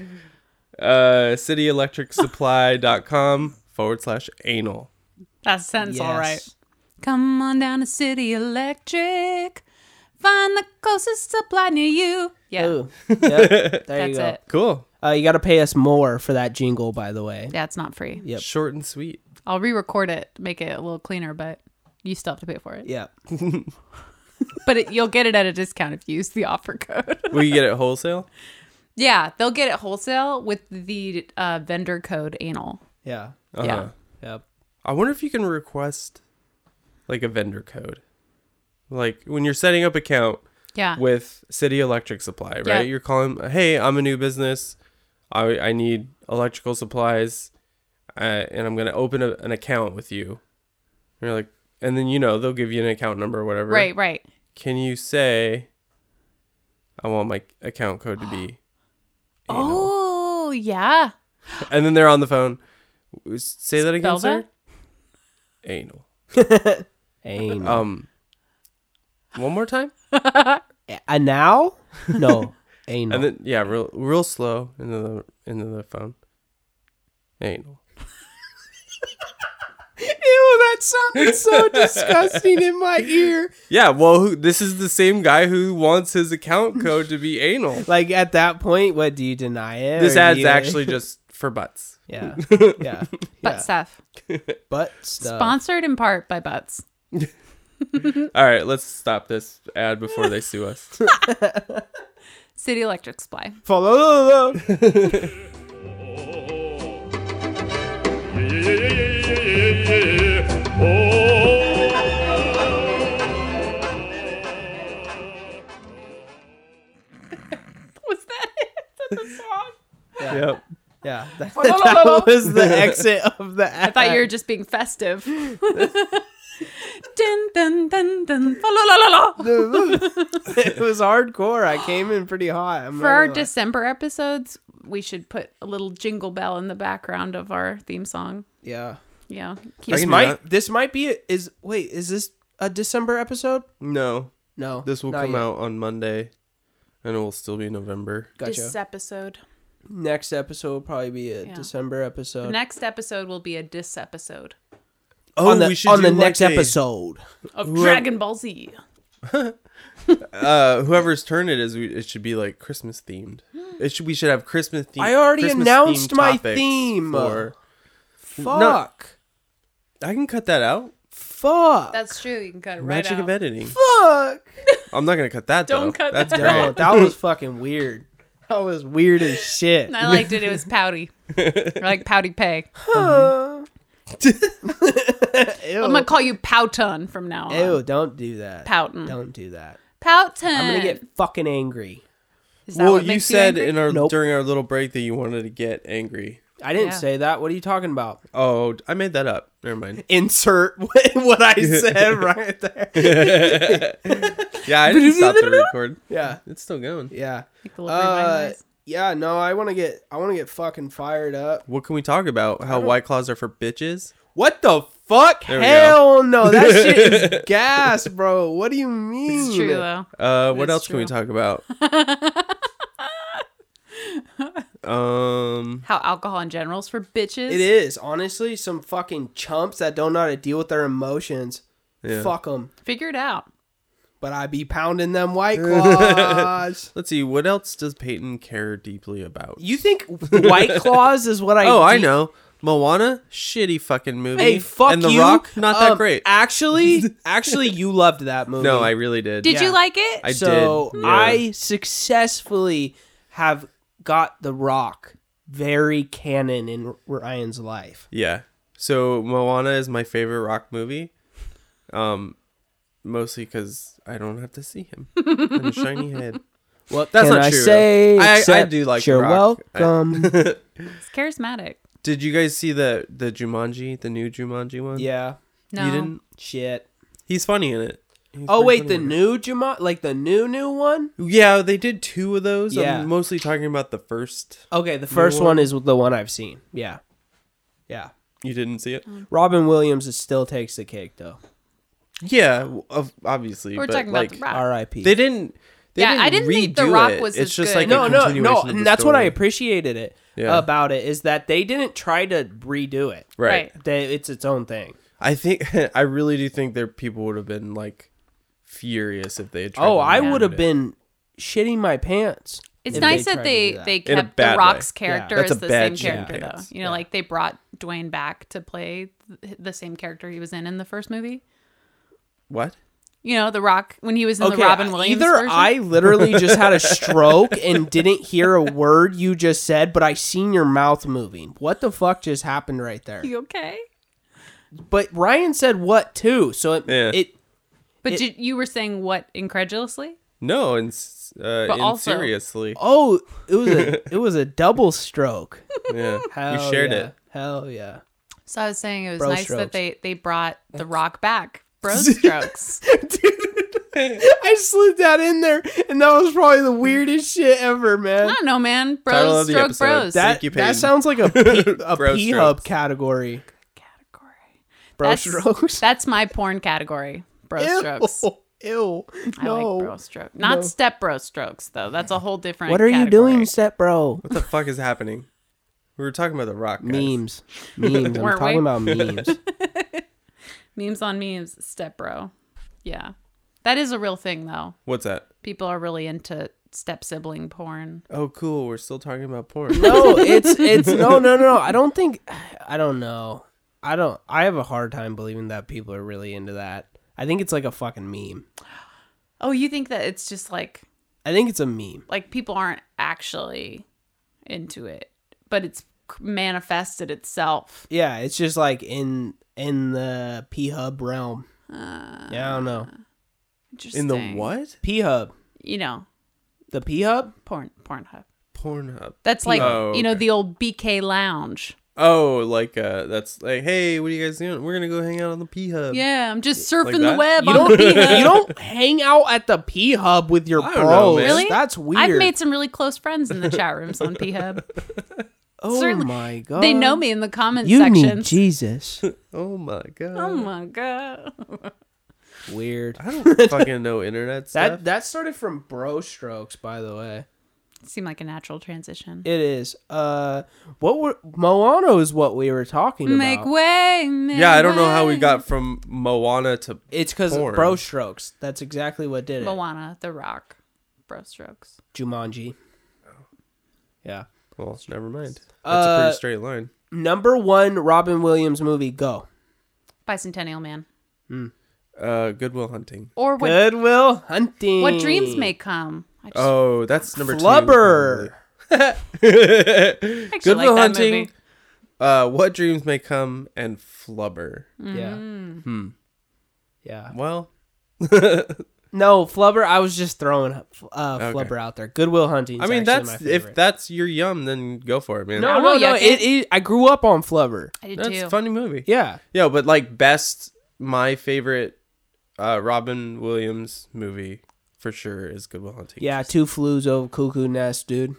Uh cityelectricsupply.com <laughs> forward slash anal.
That sentence, all
Yes.
right. Come on down to City Electric. Find the closest supply near you. Yeah, <laughs>
Ooh. Yep. There you
that's
go.
it.
Cool.
Uh, you got to pay us more for that jingle, by the way.
Yeah, it's not free.
Yep.
Short and sweet.
I'll re-record it, make it a little cleaner, but you still have to pay for it.
Yep.
But it, you'll get it at a discount if you use the offer code. <laughs>
We get it <laughs> wholesale?
yeah, they'll get it wholesale with the uh, vendor code anal.
Yeah.
Yeah.
Yep.
Uh-huh. I wonder if you can request like a vendor code. Like when you're setting up account
Yeah.
with City Electric Supply, right?
Yeah.
You're calling, "Hey, I'm a new business. I I need electrical supplies, uh, and I'm going to open a, an account with you." And you're like, and then you know, they'll give you an account number or whatever.
right, right.
Can you say I want my account code to be
Oh, yeah.
and then they're on the phone. Say that
Spell
again, sir.
that?
Anal.
Anal.
Um, one more time,
A now? <laughs> No. Anal.
and then yeah, real real slow into the into the phone. Anal.
Ew, that sounded <laughs> so disgusting in my ear.
Yeah, well, who, this is the same guy who wants his <laughs> account code to be anal.
Like at that point, what do you deny it? or
This
do
ad's
you-
actually just for butts.
<laughs> Yeah. Yeah.
Butt
yeah. Uh.
stuff.
Butt stuff.
Sponsored in part by Butts.
All right, let's stop this ad before they sue <laughs> us.
City Electric Supply. <laughs>
Follow.
Was that <laughs> it? That's a song.
yep.
<laughs> Yeah. <laughs> That, that was the exit of the
<laughs>
ad.
I thought you were just being festive. dun, dun, dun, dun. Fa la la la la.
<laughs> it was hardcore. I came in pretty hot. I'm
For our
just
December episodes, we should put a little jingle bell in the background of our theme song.
yeah.
Yeah. Keep-
I
This
can do
might
that.
this might be is wait is this a December episode?
No,
No,
this will
not
come
yet.
out on Monday, and it will still be November.
Gotcha.
This episode.
Next episode will probably be a
Yeah.
December episode.
The next episode will be a dis episode
Oh,
on the
we should
on the
do, like,
next
a-
episode.
of Dragon Ball Z.
uh, whoever's turn it is, we, it should be like Christmas themed. It should we should have Christmas themed.
I already announced my theme.
Or
Fuck.
I can cut that out.
Fuck.
That's true. You can cut it right
Magic
out.
of editing.
Fuck.
I'm not gonna cut that.
Don't
though.
cut
That's
that
great.
No, that
<laughs>
was fucking weird. That was weird as shit.
I liked it. It
<laughs>
was pouty. Or like pouty pay. I'm
Ew.
going to call you Powton from now on.
Ew, don't do that.
Pouton.
Don't do that.
Powton.
I'm gonna get fucking angry.
Is that
Well,
what
you
makes
said
angry?
in our
Nope.
during our little break that you wanted to get angry.
I didn't
Yeah.
say that. What are you talking about?
Oh, I made that up.
<laughs>
Never mind.
Insert what
<laughs>
what I said right there.
Yeah, I didn't stop the record.
Yeah.
It's still going.
Yeah.
Like the little green
Uh,
eyes.
yeah, no, I want to get I want to get fucking fired up.
What can we talk about? How white claws are for bitches?
What the fuck?
There we
Hell no.
<laughs>
That shit is gas, bro. What do you mean?
It's true though.
Uh, what
It's
else can we
true.
talk
<laughs>
about? um,
How alcohol in general is for bitches.
It is. Honestly, some fucking chumps that don't know how to deal with their emotions. Fuck 'em.
Yeah.
Fuck them.
Figure it out.
But I be pounding them
<laughs>
white claws.
let's see. What else does Peyton care deeply about?
you think
<laughs>
white claws is what I
Oh, I
de-
know. Moana, shitty fucking movie.
Hey, fuck
And The
you.
Rock, not that
Um,
great. <laughs>
Actually, actually, you loved that movie.
no, I really did.
Did
Yeah.
you like it?
I
so
did.
I successfully have got The Rock very canon in Ryan's life.
Yeah. So Moana is my favorite rock movie. Um, mostly because I don't have to see him and his shiny
<laughs>
head. Well, that's
Can
not
I
true. though.
say
I, I
except
do like The
you're
Rock. I-
welcome.
<laughs>
It's charismatic.
Did you guys see the the Jumanji, the new Jumanji one?
yeah.
No.
You didn't.
Shit.
He's funny in it. He's
Oh
pretty
wait,
funny
the
in it.
new Jama, like the new new one.
Yeah, they did two of those.
Yeah.
I'm mostly talking about the first.
Okay, the first
one?
one is the one I've seen. Yeah, yeah.
You didn't see it?
Robin Williams is still takes the cake though.
Yeah, w- of- obviously.
We're
but,
talking
like,
about the rock.
R.I.P.
They didn't. They
Yeah, I
didn't
didn't think The
redo
Rock
it.
was
It's
as
just
good.
like
no,
a
no,
continuation
no.
of the
And that's what I
story.
appreciated it
Yeah.
about it is that they didn't try to redo it.
Right.
Right.
They, it's its own thing.
I think <laughs> I really do think there people would have been like furious if they. Had tried
Oh,
to
I
redo
would have
it.
been shitting my pants.
It's
if
nice
tried
that
to
they
do that.
they
In a
kept the
bad
Rock's
way.
character
Yeah. That's
as
a
the
bad
same
shit
character
pants.
though. You know, like they brought Dwayne back to play th- the same character he was in in the first movie.
What?
You know, The Rock when he was in the Robin Williams
Either
version.
I literally just had a stroke and didn't hear a word you just said, but I seen your mouth moving. What the fuck just happened right
<laughs>
there?
you okay?
But Ryan said what too, so it
Yeah.
it
But you, you were saying what incredulously?
No, and s- uh, and
also-
<laughs>
seriously,
oh it was a it was a double stroke.
yeah,
Hell
we shared
yeah.
it.
Hell <laughs> yeah.
So I was saying it was
Bro
nice
strokes.
that they they brought The Rock back.
<laughs>
Bro strokes.
I slid that in there, and that was probably the weirdest shit ever,
I
man.
don't know, man.
Title
Bros
of the
stroke
episode.
bros.
That,
you, Peyton.
that sounds
<laughs>
like a P- a
Bro
P hub
strokes.
category.
category.
Bro
that's,
strokes.
That's my porn category. Bro
<laughs>
strokes.
Ew. Ew.
I
No.
like bro stroke. Not step bro strokes though. That's a whole different.
What are you
category.
doing, step bro?
What the fuck is happening? We were talking about the rock. Guys.
Memes.
<laughs>
Memes. I'm
Weren't
talking
we? <laughs>
about memes.
Memes on memes, step bro. Yeah, that is a real thing though.
What's that?
People are really into step sibling porn.
Oh, cool. We're still talking about porn.
no, it's it's no no no. I don't think I don't know. I don't I have a hard time believing that people are really into that. I think it's like a fucking meme.
Oh, you think that it's just like
I think it's a meme.
like people aren't actually into it, but it's manifested itself.
Yeah, it's just like in in the P Hub realm.
Uh,
yeah, I don't know.
In
Interesting.
the what?
P Hub.
You know,
The P Hub?
porn Pornhub.
Pornhub.
That's like
Oh,
you know
okay.
the old BK Lounge.
Oh, like uh, that's like, hey, what are you guys doing? We're gonna go hang out on the P Hub.
Yeah, I'm just surfing the
Uh, that?
web.
You
on
don't
Pornhub.
you don't hang out at the P Hub with your
I
bros.
don't know, man.
Really?
That's weird.
I've made some really close friends in the chat rooms on P
<laughs>
Hub.
oh
certainly-
my god.
<laughs> They
Um,
know me in the comment
You need
sections.
<laughs>
Jesus.
Oh my god.
oh my god. <laughs>
weird.
I don't
<laughs>
fucking know internet stuff.
That that started from bro strokes, by the way.
Seemed like a natural transition.
It is. Uh, what were Moana is what we were talking
Make
about.
way, make
yeah, I don't know how we
way.
got from Moana to
it's because
Porn.
bro strokes. That's exactly what did it.
Moana, The Rock, Bro Strokes.
Jumanji.
Oh.
Yeah.
well, never mind. That's a
Uh,
pretty straight line.
Number one Robin Williams movie. Go.
Bicentennial Man.
Uh, Goodwill Hunting.
Or what
Goodwill Hunting.
What Dreams May Come. I just
Oh, that's number
Flubber.
<laughs> two.
actually
Goodwill
like that
Hunting.
movie.
Uh, what dreams may come and Flubber.
Hmm.
Yeah.
Mm-hmm.
Hmm. Yeah.
Well,
No, Flubber. I was just throwing uh, Flubber out there. Goodwill Hunting.
I mean that's if that's your yum, then go for it, man.
no,
I
no,
will
no.
yuck it.
It, it, I grew up on Flubber.
I did
that's
too.
a funny movie.
Yeah.
Yeah, but like best my favorite uh Robin Williams movie for sure is Goodwill Hunting.
Yeah. Two flues over cuckoo nest, dude.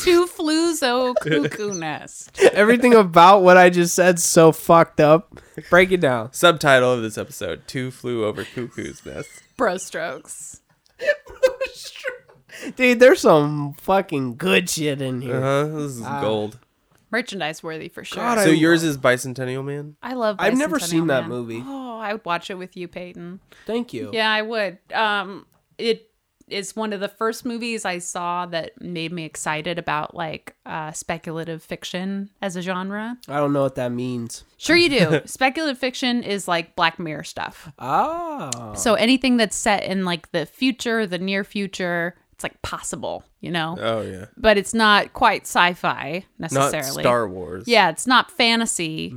Two flues
<laughs>
o cuckoo nest.
Everything about what I just said's so fucked up. Break it down.
Subtitle of this episode: Two flew over cuckoo's nest.
Bro strokes.
Dude, there's some fucking good shit in here.
Uh, this is
Ah.
gold.
Merchandise worthy for sure.
God,
So
I
yours is Bicentennial Man.
I love
I've never
Bicentennial
seen that
Man. <gasps>
movie.
Oh, I would watch it with you, Peyton.
Thank you.
Yeah, I would. Um, it is one of the first movies I saw that made me excited about like uh, speculative fiction as a genre.
I don't know what that means.
Sure, you
<laughs>
do. speculative fiction is like Black Mirror stuff.
Ah.
So anything that's set in like the future, the near future, it's like possible, you know.
Oh yeah,
But it's not quite sci-fi
not
necessarily.
Star Wars.
Yeah, it's not fantasy.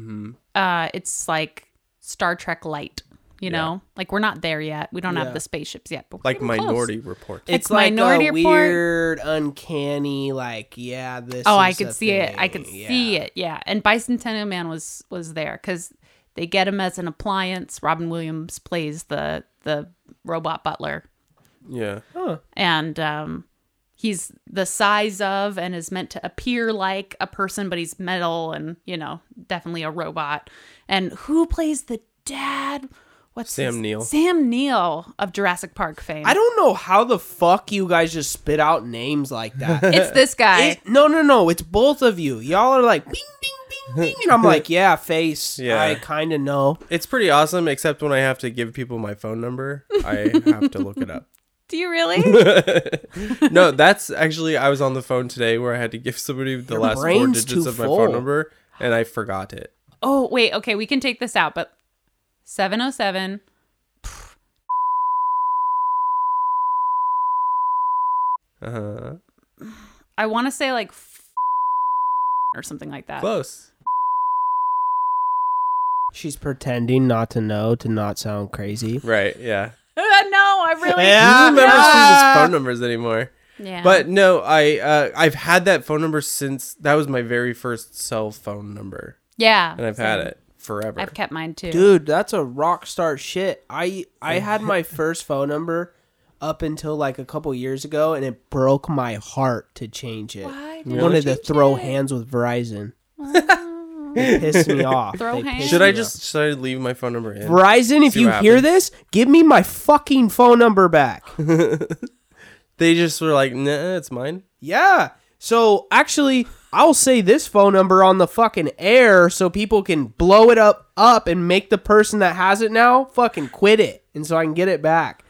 Uh, it's like Star Trek light. You know, like we're not there yet. We don't have the spaceships yet, but we're
like
getting close.
Minority Report.
It's Minority
a
Report.
weird, uncanny, like yeah, this.
Oh, I
is a
could see it. I could
thing. Yeah.
see it. Yeah, and Bicentennial Man was was there because they get him as an appliance. Robin Williams plays the the robot butler,
yeah,
and um, he's the size of and is meant to appear like a person, but he's metal and you know definitely a robot. And who plays the dad? What's
Sam
his-
Neill.
Sam Neill of Jurassic Park fame.
I don't know how the fuck you guys just spit out
<laughs>
names like that.
It's this guy.
It- no, no, no. It's both of you. Y'all are like, bing,
<laughs>
bing, bing, bing. And I'm like, yeah, face.
Yeah.
I kind of know.
it's pretty awesome. Except when I have to give people my phone number, I have to look it up.
Do you
<laughs>
really?
No, that's actually I was on the phone today where I had to give somebody the last four
brain's
digits
too
of my
full.
phone number, and I forgot it.
oh wait. Okay, we can take this out, but seven oh seven.
Uh huh.
I want to say like <laughs> f- or something like that.
Close.
She's pretending not to know to not sound crazy.
Right. Yeah.
<laughs> no, I really.
Yeah.
I don't remember
Yeah.
people's phone numbers anymore.
Yeah.
But no, I uh, I've had that phone number since that was my very first cell phone number,
yeah,
and I've had it forever.
I've kept mine too.
Dude, that's a rock star shit. I I
<laughs>
had my first phone number up until like a couple years ago, and it broke my heart to change it.
Why did
I
you
Wanted to
change
throw
it?
hands with Verizon. They pissed <laughs> me off.
Throw
They pissed
hands?
Should
me
I
off.
just should I leave my phone number in?
Verizon, if
See
you
what
hear
happens.
this, give me my fucking phone number back.
They just were like, nah, it's mine.
<laughs> yeah. So actually, I'll say this phone number on the fucking air so people can blow it up up and make the person that has it now fucking quit it and so I can get it back.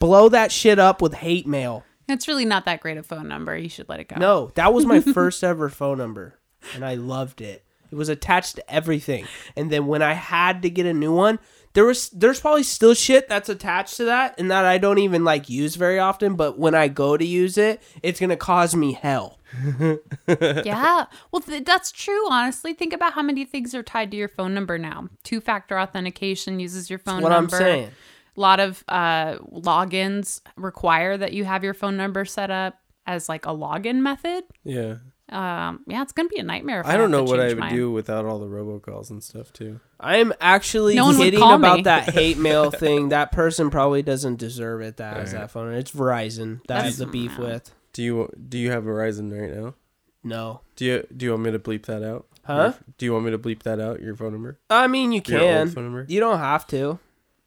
Blow that shit up with hate mail.
It's really not that great a phone number. You should let it go.
No, that was my first ever phone number, and I loved it. It was attached to everything. And then when I had to get a new one, there was there's probably still shit that's attached to that and that I don't even like use very often, but when I go to use it, it's going to cause me hell.
<laughs> Yeah. Well, th- that's true. Honestly, think about how many things are tied to your phone number now. Two-factor authentication uses your phone
what I'm
number.
saying.
A lot of uh, logins require that you have your phone number set up as like a login method.
Yeah.
Um, yeah, it's gonna be a nightmare. If
I
have
don't know
to
what I
change
would
mine.
do without all the robocalls and stuff too.
I'm actually
No one would
kidding
call
about
me.
that hate
<laughs>
mail thing. That person probably doesn't deserve it. That is that phone. It's Verizon that I have
That's-
the beef with.
Do you do you have Verizon right now?
No.
Do you do you want me to bleep that out?
Huh?
Do you want me to bleep that out? Your phone number?
I mean, you
Your old
can.
phone number?
You don't have to.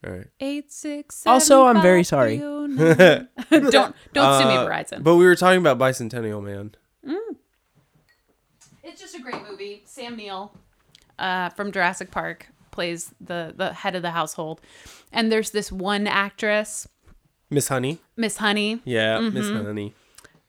All right.
Eight six.
Also,
seven,
I'm very
five,
sorry.
two, nine. <laughs> don't don't sue me,
Uh,
Verizon.
But we were talking about Bicentennial Man.
it's just a great movie. Sam Neill, uh, from Jurassic Park, plays the the head of the household, and there's this one actress,
Miss Honey.
Miss Honey.
Yeah, Miss
Mm-hmm.
Honey.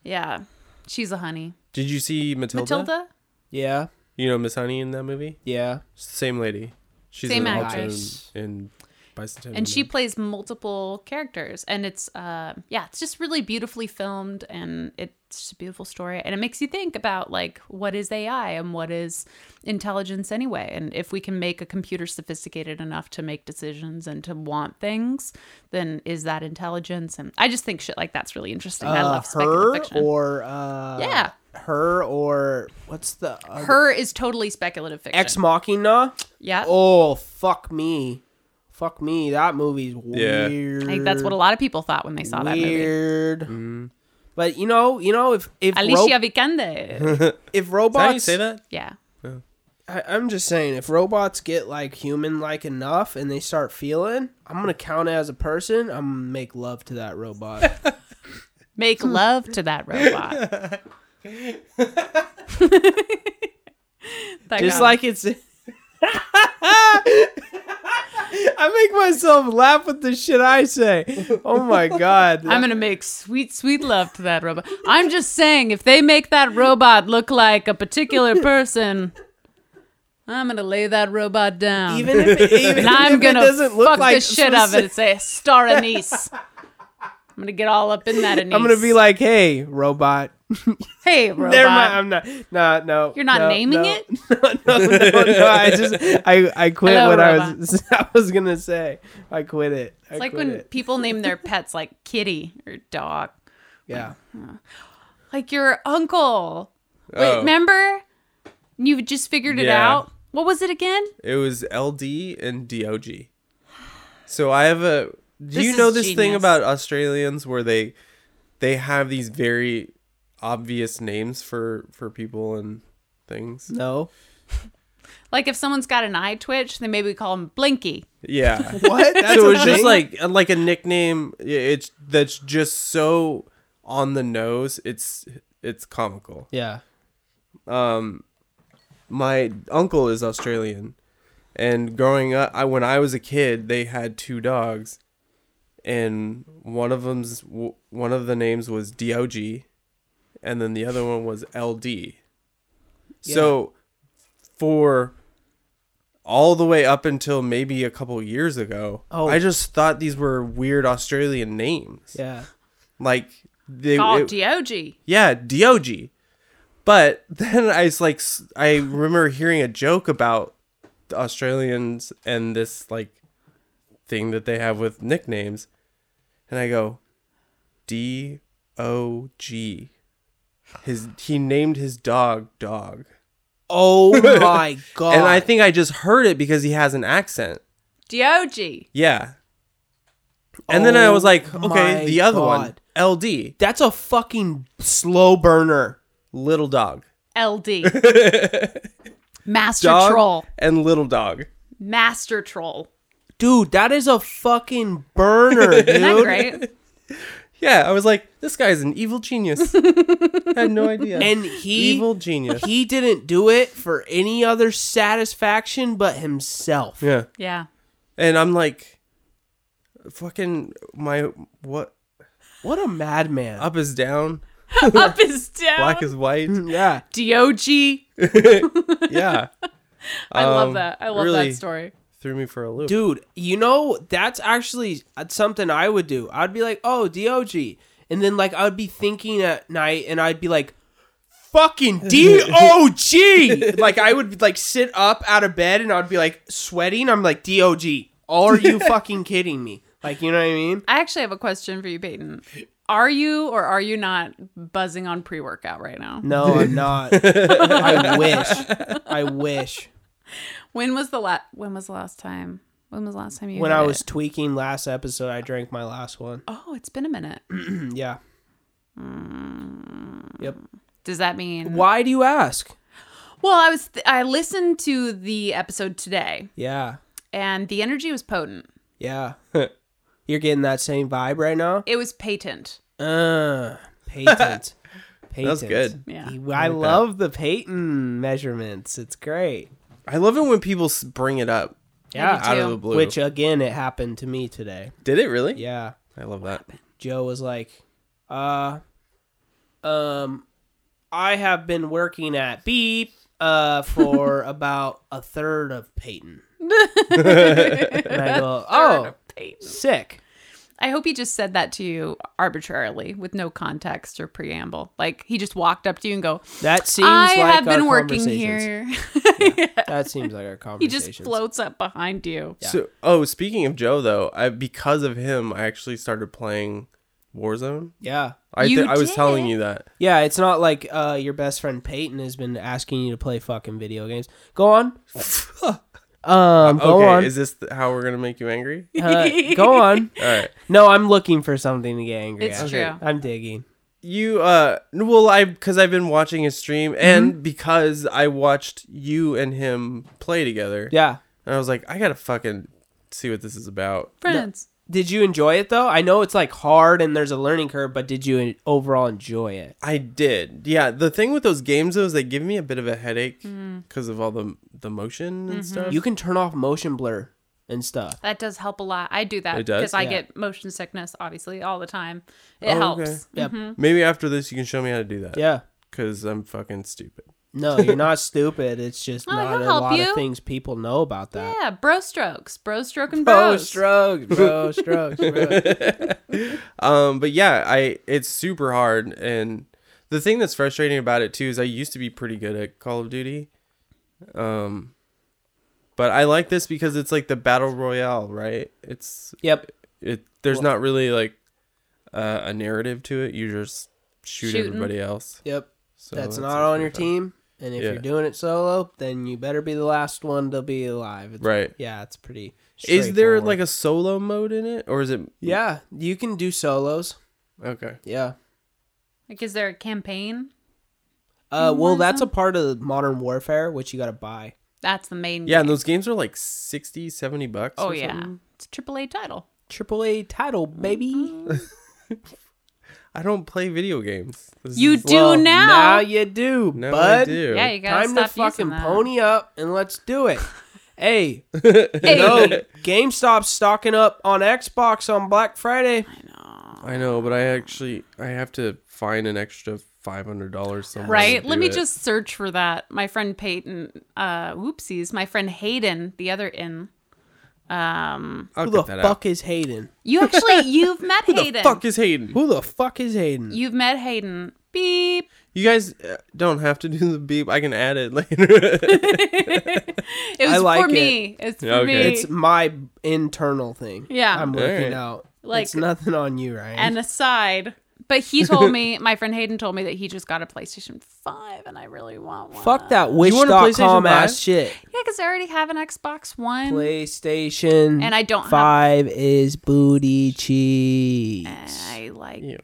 Yeah, she's a honey.
Did you see Matilda?
Matilda,
Yeah.
You know Miss Honey in that movie?
Yeah.
Same lady. She's
Same
an
actress.
actress in, in Bicentennial.
and she
Mm-hmm.
Man.
plays multiple characters, and it's uh, yeah, it's just really beautifully filmed, and it's just a beautiful story, and it makes you think about like what is AI and what is intelligence anyway, and if we can make a computer sophisticated enough to make decisions and to want things, then is that intelligence? And I just think shit like that's really interesting. I
Uh,
love
her
speculative fiction.
or uh,
Yeah.
her or what's the other-
her is totally speculative fiction.
Ex Machina?
yeah.
Oh fuck me, fuck me! That movie's
Yeah.
weird.
I think that's what a lot of people thought when they saw that movie.
weird.
Mm-hmm.
But you know, you know if if ro-
Alicia
<laughs>
Vikander.
if
Is that how
robots
you say that?
yeah.
I, I'm just saying if robots get like human like enough and they start feeling, I'm gonna count it as a person. I'm gonna make love to that
<laughs>
robot. <laughs>
Make love to that robot. That
just
guy.
like it's <laughs> I make myself laugh with the shit I say. Oh my god.
I'm gonna make sweet, sweet love to that robot. I'm just saying, if they make that robot look like a particular
<laughs>
person, I'm gonna lay that robot down.
even if it, <laughs> even
and I'm
if
gonna
it doesn't look
fuck
like
the shit of it and say
<laughs>
star anise. I'm gonna get all up in that anise.
I'm gonna be like, "Hey, robot,
Hey, robot.
Never mind. I'm not. No, no.
You're not
no,
naming
<laughs> no.
it?
no, no, no, no. I just I I quit
Hello,
what I
robot.
was <laughs> I was gonna say. I quit it. I
It's like
quit
when
it.
people name their pets like kitty or dog.
yeah.
Like your uncle. Wait,
Oh.
remember? You just figured it
Yeah.
out. What was it again?
It was LD and DOG. So I have a. Do
This
you know
is
this thing
genius.
about Australians where they they have these very obvious names for for people and things?
No. <laughs>
Like if someone's got an eye twitch, then maybe we call them Blinky.
Yeah.
<laughs> What? That's
so
a
it's just
thing?
like like a nickname. i- It's that's just so on the nose. It's it's comical.
yeah.
My uncle is Australian, and growing up, I when I was a kid, they had two dogs, and one of them's w- one of the names was Dog, and then the other one was LD. So, for all the way up until maybe a couple years ago,
Oh.
I just thought these were weird Australian names.
Yeah.
Like they
Call
it-
Dog.
yeah, Dog. But <laughs> then I was like, s- I remember hearing a joke about the Australians and this like thing that they have with nicknames, and I go, D O G. His he named his dog Dog,
Oh my god.
<laughs> and I think I just heard it because he has an accent.
Dog.
Yeah. And then I
Oh
was like,
my
okay, the other
God.
one, LD,
that's a fucking slow burner.
little dog, <laughs>
LD. Master
dog,
Troll.
and little dog.
Master Troll.
Dude, that is a fucking burner, dude.
Isn't that great?
Yeah, I was like, this guy's an
<laughs>
evil genius. had no idea.
And he
evil genius.
he didn't do it for any other satisfaction but himself.
yeah.
Yeah.
And I'm like, fucking my what
What a madman.
up is down,
Up is down.
<laughs> black is white.
yeah.
Dog.
Yeah. <laughs>
I love
Um,
that. I love
really
that story.
Threw me for a loop.
Dude, you know, that's actually something I would do. I'd be like, oh, DOG. And then, like, I would be thinking at night and I'd be like, fucking DOG. like, I would, like, sit up out of bed and I'd be, like, sweating. I'm like, DOG. Are you fucking kidding me? Like, you know what I mean?
I actually have a question for you, Peyton. Are you or are you not buzzing on pre workout right now?
No, <laughs> I'm not. I wish. I wish.
When was the last? When was the last time? When was the last time you?
When
did
I
it?
was tweaking last episode, I drank my last one. <clears throat>
Oh, it's been a minute.
Yeah. Yep.
Does that mean?
Why do you ask?
Well, I was. Th- I listened to the episode today,
Yeah.
and the energy was potent.
Yeah. <laughs> You're getting that same vibe right now?
It was patent. <laughs>
Uh, patent. patent.
That's good.
Yeah.
I, love the patent measurements. It's great.
I love it when people s- bring it up
Yeah.
out of
Too.
the blue.
Which, again, it happened to me today.
did it really?
Yeah.
I love that.
Joe was like, uh, um, I have been working at Beep
<laughs>
uh, for about a third of Peyton. and I go, oh,
Patent.
sick.
I hope he just said that to you arbitrarily with no context or preamble. Like he just walked up to you and go,
That seems
"I
like
have
our
been working
conversations.
here." <laughs>
That seems like our conversation.
He just floats up behind you.
So, oh, speaking of Joe though, I because of him, I actually started playing Warzone.
Yeah.
I
You
thi- I was
did?
telling you that.
Yeah, it's not like uh, your best friend Peyton has been asking you to play fucking video games. Go
<laughs>
on. um, go
okay,
on.
is this th- how we're gonna make you angry?
<laughs>
Uh, go
<laughs>
on.
All right.
No, I'm looking for something to get angry
It's
at.
true.
I'm digging.
you uh well i because i've been watching his stream
Mm-hmm.
and because i watched you and him play together
Yeah.
and i was like i gotta fucking see what this is about
Friends.
Did you enjoy it though? I know it's like hard and there's a learning curve, but did you en- overall enjoy it?
i did yeah the thing with those games though is they give me a bit of a headache because of all the the motion and stuff
Mm-hmm. You can turn off motion blur and stuff.
That does help a lot. I do that
It does?
because I
Yeah.
get motion sickness obviously all the time. It
Oh,
helps.
okay.
Yep.
Mm-hmm.
maybe after this you can show me how to do that
Yeah.
because i'm fucking stupid
No,
<laughs>
you're not stupid. It's just
Oh,
not
he'll
a
help
lot
you.
of things people know about that.
Yeah, bro strokes, bro stroke and
Bro
bros.
strokes,
<laughs>
bro strokes, bro.
um but yeah i it's super hard and The thing that's frustrating about it too is I used to be pretty good at Call of Duty. Um but I like this because it's like the battle royale, right? It's
Yep.
it there's not really like uh, a narrative to it. You just shoot
Shooting.
everybody else.
Yep.
So
that's, not on your
pretty
team. And if
Yeah.
you're doing it solo, then you better be the last one to be alive. It's,
fun. Right.
Yeah, it's pretty.
Is there
straightforward.
like a solo mode in it or is it
Yeah, you can do solos.
Okay.
Yeah.
Like, is there a campaign?
Uh, well,
want
that's
some?
a part of Modern Warfare, which you got to buy.
That's the main.
Yeah,
game.
and those games are like 60, 70 bucks.
oh
or
yeah,
something.
it's a triple A title.
AAA title, baby.
Mm-hmm.
I don't play video games. This
You
is-
do now.
Now you do,
Now
bud.
I do.
Yeah, you gotta
Time to
stop using
fucking
that.
pony up and let's do
<laughs>
it.
<laughs>
hey,
Hey,
no, GameStop's stocking up on Xbox on Black Friday.
I know, but I actually I have to find an extra five hundred dollars somewhere. <laughs>
right?
to
Let
do
me
it.
just search for that. My friend Peyton, uh, whoopsies. My friend Hayden, the other in. Um,
I'll
Who the
get that
fuck is Hayden?
you actually you've met
Out. Who
Hayden.
the fuck is Hayden?
Who the fuck is Hayden?
You've met Hayden. Beep.
You guys uh, don't have to do the beep. I can add
<laughs>
it <laughs> later.
It was
like
for
it.
me. It's for
Okay.
me.
it's my internal thing.
Yeah.
I'm
All
working
right.
out. Like,
Like-
it's nothing on you, Ryan.
an aside. But he told me, my friend Hayden told me that he just got a PlayStation 5 and I really want one.
fuck that
want a PlayStation
Wish.com
five?
ass shit.
Yeah, because I already have an Xbox One.
PlayStation
And I don't have-
five is booty cheese.
I like
Ew.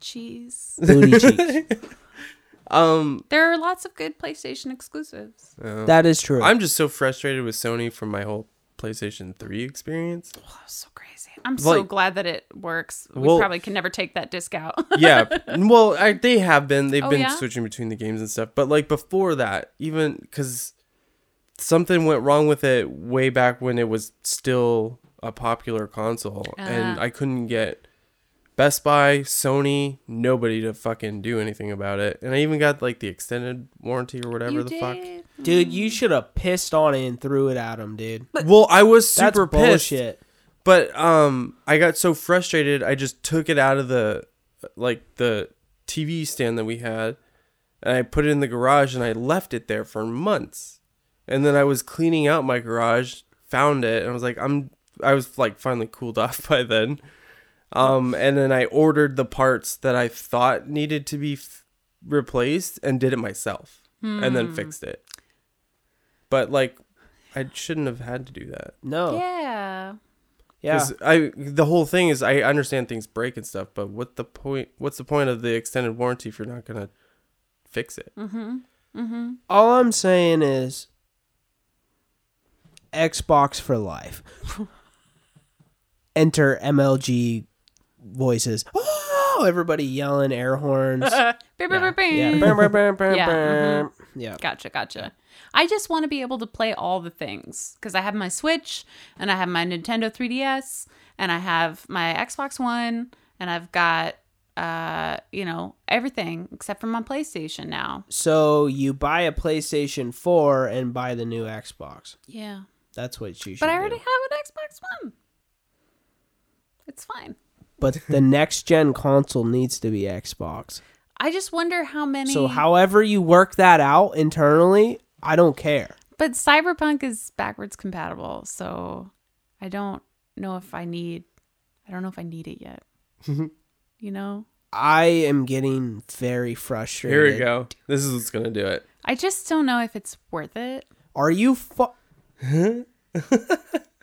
cheese.
<laughs>
booty cheese.
um,
There are lots of good PlayStation
<laughs>
exclusives.
That is true.
Oh. I'm just so frustrated with Sony from my whole PlayStation Three experience.
Oh, so crazy. I'm so
Like-
glad that it works. We
Well-
probably can never take that disc out.
<laughs>
<laughs>
yeah. Well, I, they have been. They've
Oh,
been
yeah?
switching between the games and stuff. But like before that, even because something went wrong with it way back when it was still a popular console, and
Ah.
I couldn't get Best Buy, Sony, nobody to fucking do anything about it. And I even got like the extended warranty or whatever
you
the
did.
fuck.
dude, you should have pissed on it and threw it at him, dude.
Well, I was
That's
super pissed.
bullshit.
But um, I got so frustrated, I just took it out of the like the TV stand that we had, and I put it in the garage, and I left it there for months. And then I was cleaning out my garage, found it, and I was like, I'm, I was like finally cooled <laughs> off by then. Um, and then I ordered the parts that I thought needed to be f- replaced, and did it myself, and then fixed it. But like, I shouldn't have had to do that.
No.
Yeah.
Yeah.
Because I the whole thing is I understand things break and stuff, but what the point? What's the point of the extended warranty if you're not gonna fix it?
All I'm saying is Xbox for
<laughs>
life. Enter MLG voices. <gasps> Oh, everybody yelling
<laughs>
air horns.
Uh, bing, bing, bing, bing.
yeah. Bam, bam, bam, bam,
Yeah, mm-hmm.
bam. Yeah.
Gotcha, gotcha. I just want to be able to play all the things because I have my Switch and I have my Nintendo 3DS and I have my Xbox One and I've got, uh, you know, everything except for my PlayStation now.
So you buy a PlayStation 4 and buy the new Xbox.
Yeah.
That's what you should.
But I
do.
already have an Xbox One. It's fine.
But <laughs> the next gen console needs to be Xbox.
I just wonder how many.
So however you work that out internally, I don't care.
But Cyberpunk is backwards compatible, so I don't know if I need. I don't know if I need it
<laughs>
yet. you know,
I am getting very frustrated.
Here we go. This is what's gonna do it.
I just don't know if it's worth it.
Are you fu- <laughs>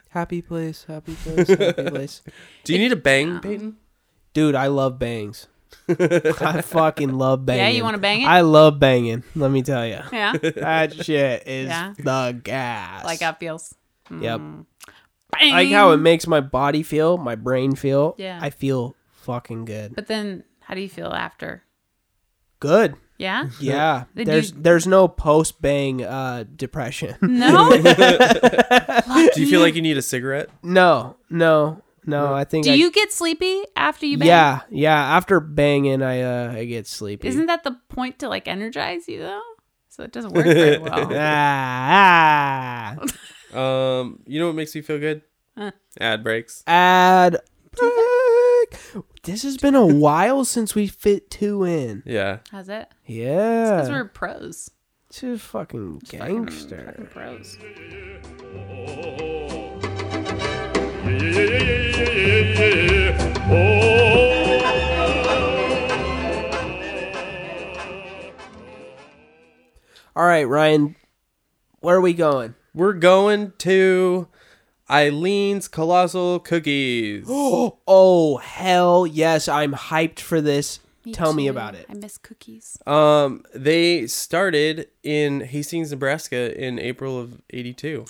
Happy place, happy place, <laughs> happy place.
Do you need a bang, Peyton?
Dude, I love bangs. <laughs> I fucking love banging.
Yeah, you wanna bang it?
I love banging. Let me tell you, <laughs>
Yeah,
that shit is
Yeah.
the gas.
like how it feels.
yep.
Bang!
like how it makes my body feel, my brain feel.
Yeah.
I feel fucking good.
But then, how do you feel after?
Good. <laughs>
Yeah.
Yeah.
Then
there's
you-
there's no post bang uh
<laughs>
depression. <laughs>
No.
Do you feel like you need a cigarette?
no. No. No, I think
do
I-
you get sleepy after you bang?
Yeah, yeah, after banging I uh I get sleepy.
Isn't that the point to like energize you though? So it doesn't work
<laughs>
very well.
ah, ah.
Um, you know what makes me feel good?
Huh.
Ad breaks.
Ad break. this has
<laughs>
been a while since we fit two in.
Yeah.
Has it? Because
Yeah.
we're pros.
Two fucking
Fucking
gangster.
pros.
All right, Ryan, where are we going?
We're going to Eileen's Colossal Cookies.
Oh, hell yes. I'm hyped for this. Tell me
too.
about it.
I miss cookies.
Um, they started in Hastings, Nebraska in April of 82.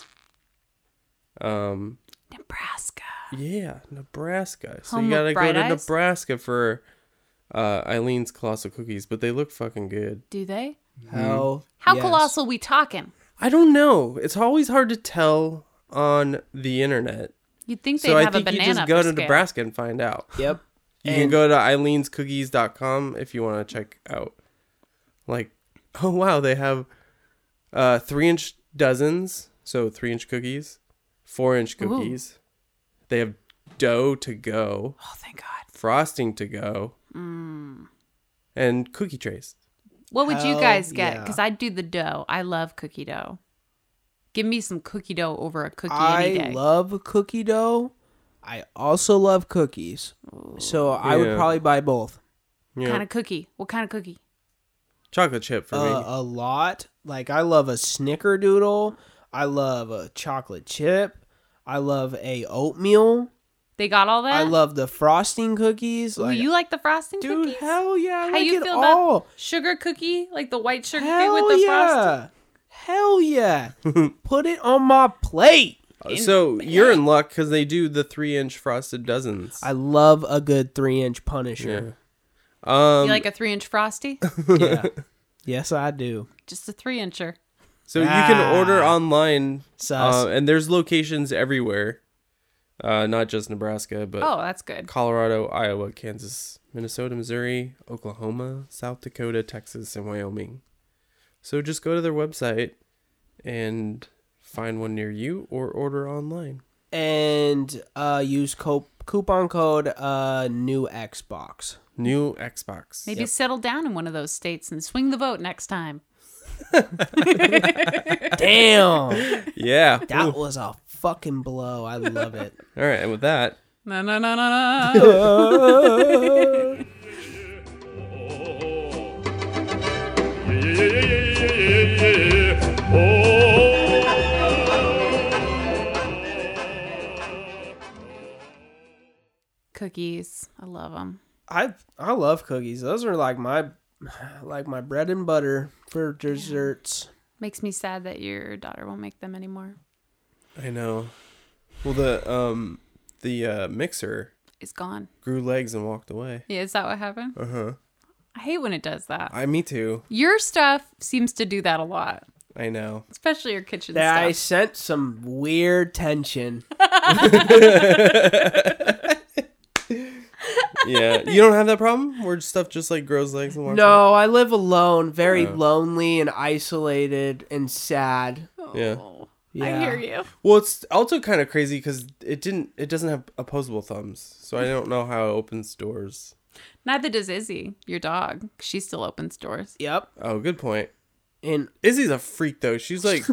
Um,
Nebraska.
yeah, Nebraska. So
Home
you
of
gotta go
Bright
to
Eyes?
Nebraska for uh, Eileen's Colossal Cookies, but they look fucking good.
Do they?
Hell.
How
yes.
colossal we talking?
I don't know. It's always hard to tell on the internet.
You'd think they'd
So I
have
think
a
you
banana.
just go
for
to
scale.
Nebraska and find out.
<laughs>
Yep.
You can
And-
go to eileen'scookies.com if you want to check out. Like, <laughs> oh wow, they have uh, three inch dozens, so three inch cookies, four inch
Ooh.
cookies. They have dough to go,
Oh, thank God.
frosting to go, and cookie trays.
What would you
Hell
guys get?
yeah.
Because I'd do the dough. I love cookie dough. Give me some cookie dough over a cookie any
I
day.
love cookie dough. I also love cookies. So I would
Yeah.
probably buy both.
Yeah,
What kind of cookie? What kind of cookie?
chocolate chip for
Uh,
me.
a lot. Like I love a snickerdoodle. I love a chocolate chip. I love a oatmeal.
They got all that.
I love the frosting cookies.
Ooh,
Like,
you like the frosting
dude,
cookies?
hell yeah, I
How
like
you
it
feel
all.
about sugar cookie, like the white sugar cookie
hell
with the
yeah.
frosting?
Hell <laughs> yeah. Put it on my plate.
so you're in luck because they do the three inch frosted dozens.
I love a good three inch
yeah.
Punisher.
Um,
you like a three-inch
<laughs>
frosty?
Yeah. Yes, I do.
Just a three-incher.
So you can
Ah.
order online,
Sus.
uh, and there's locations everywhere, uh, not just Nebraska, but
Oh, that's good.
Colorado, Iowa, Kansas, Minnesota, Missouri, Oklahoma, South Dakota, Texas, and Wyoming. So just go to their website and find one near you, or order online.
And uh, use co- coupon code uh, new Xbox.
New Xbox.
Maybe settle down in one of those states and swing the vote next time.
<laughs> Damn.
Yeah.
that was a fucking blow. I love it.
All right, and with that,
Na na na na na. Cookies, I love them.
<laughs> I I love cookies. Those are like my like my bread and butter for desserts.
Makes me sad that your daughter won't make them anymore.
I know. Well, the um, the uh, mixer
It's gone.
grew legs and walked away.
Yeah, is that what happened?
Uh huh.
I hate when it does that.
I me too.
Your stuff seems to do that a lot,
I <laughs> know.
especially your kitchen
That I
stuff.
sent some weird tension.
yeah, you don't have that problem where stuff just like grows legs and walks.
No, I live alone, very
Oh.
lonely and isolated and sad.
away? Yeah.
Oh, I
Yeah.
hear you.
Well, it's also kind of crazy because it didn't. It doesn't have opposable thumbs, so I don't know how it opens doors.
Neither does Izzy, your dog. She still opens doors.
Yep.
Oh, good point.
And
Izzy's a freak though. She's
<laughs>
like,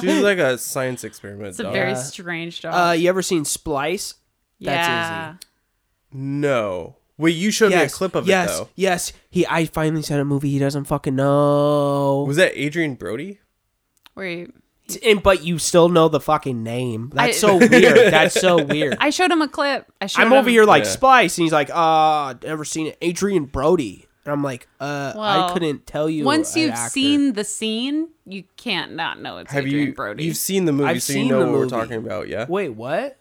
she's like a science experiment
It's a
dog.
very strange dog.
uh you ever seen Splice? that's
yeah.
no. Wait, you showed me a clip of
yes,
it though.
Yes. He I finally said a movie he doesn't fucking know.
Was that Adrian Brody?
Wait.
and but you still know the fucking name. That's
I- <laughs>
so weird. That's so weird.
I showed him a clip. I showed
I'm
him,
over here like
Yeah.
Splice, and he's like, "Ah, never seen it." Adrian Brody, and I'm like, "Uh, I
Well,
couldn't tell you."
Once
an
you've
actor.
seen the scene, you can't not know it's
Have
Adrian
you?
Brody.
You've seen the movie,
I've
so
seen
you know
the
what we're
movie.
talking about. Yeah.
Wait, what?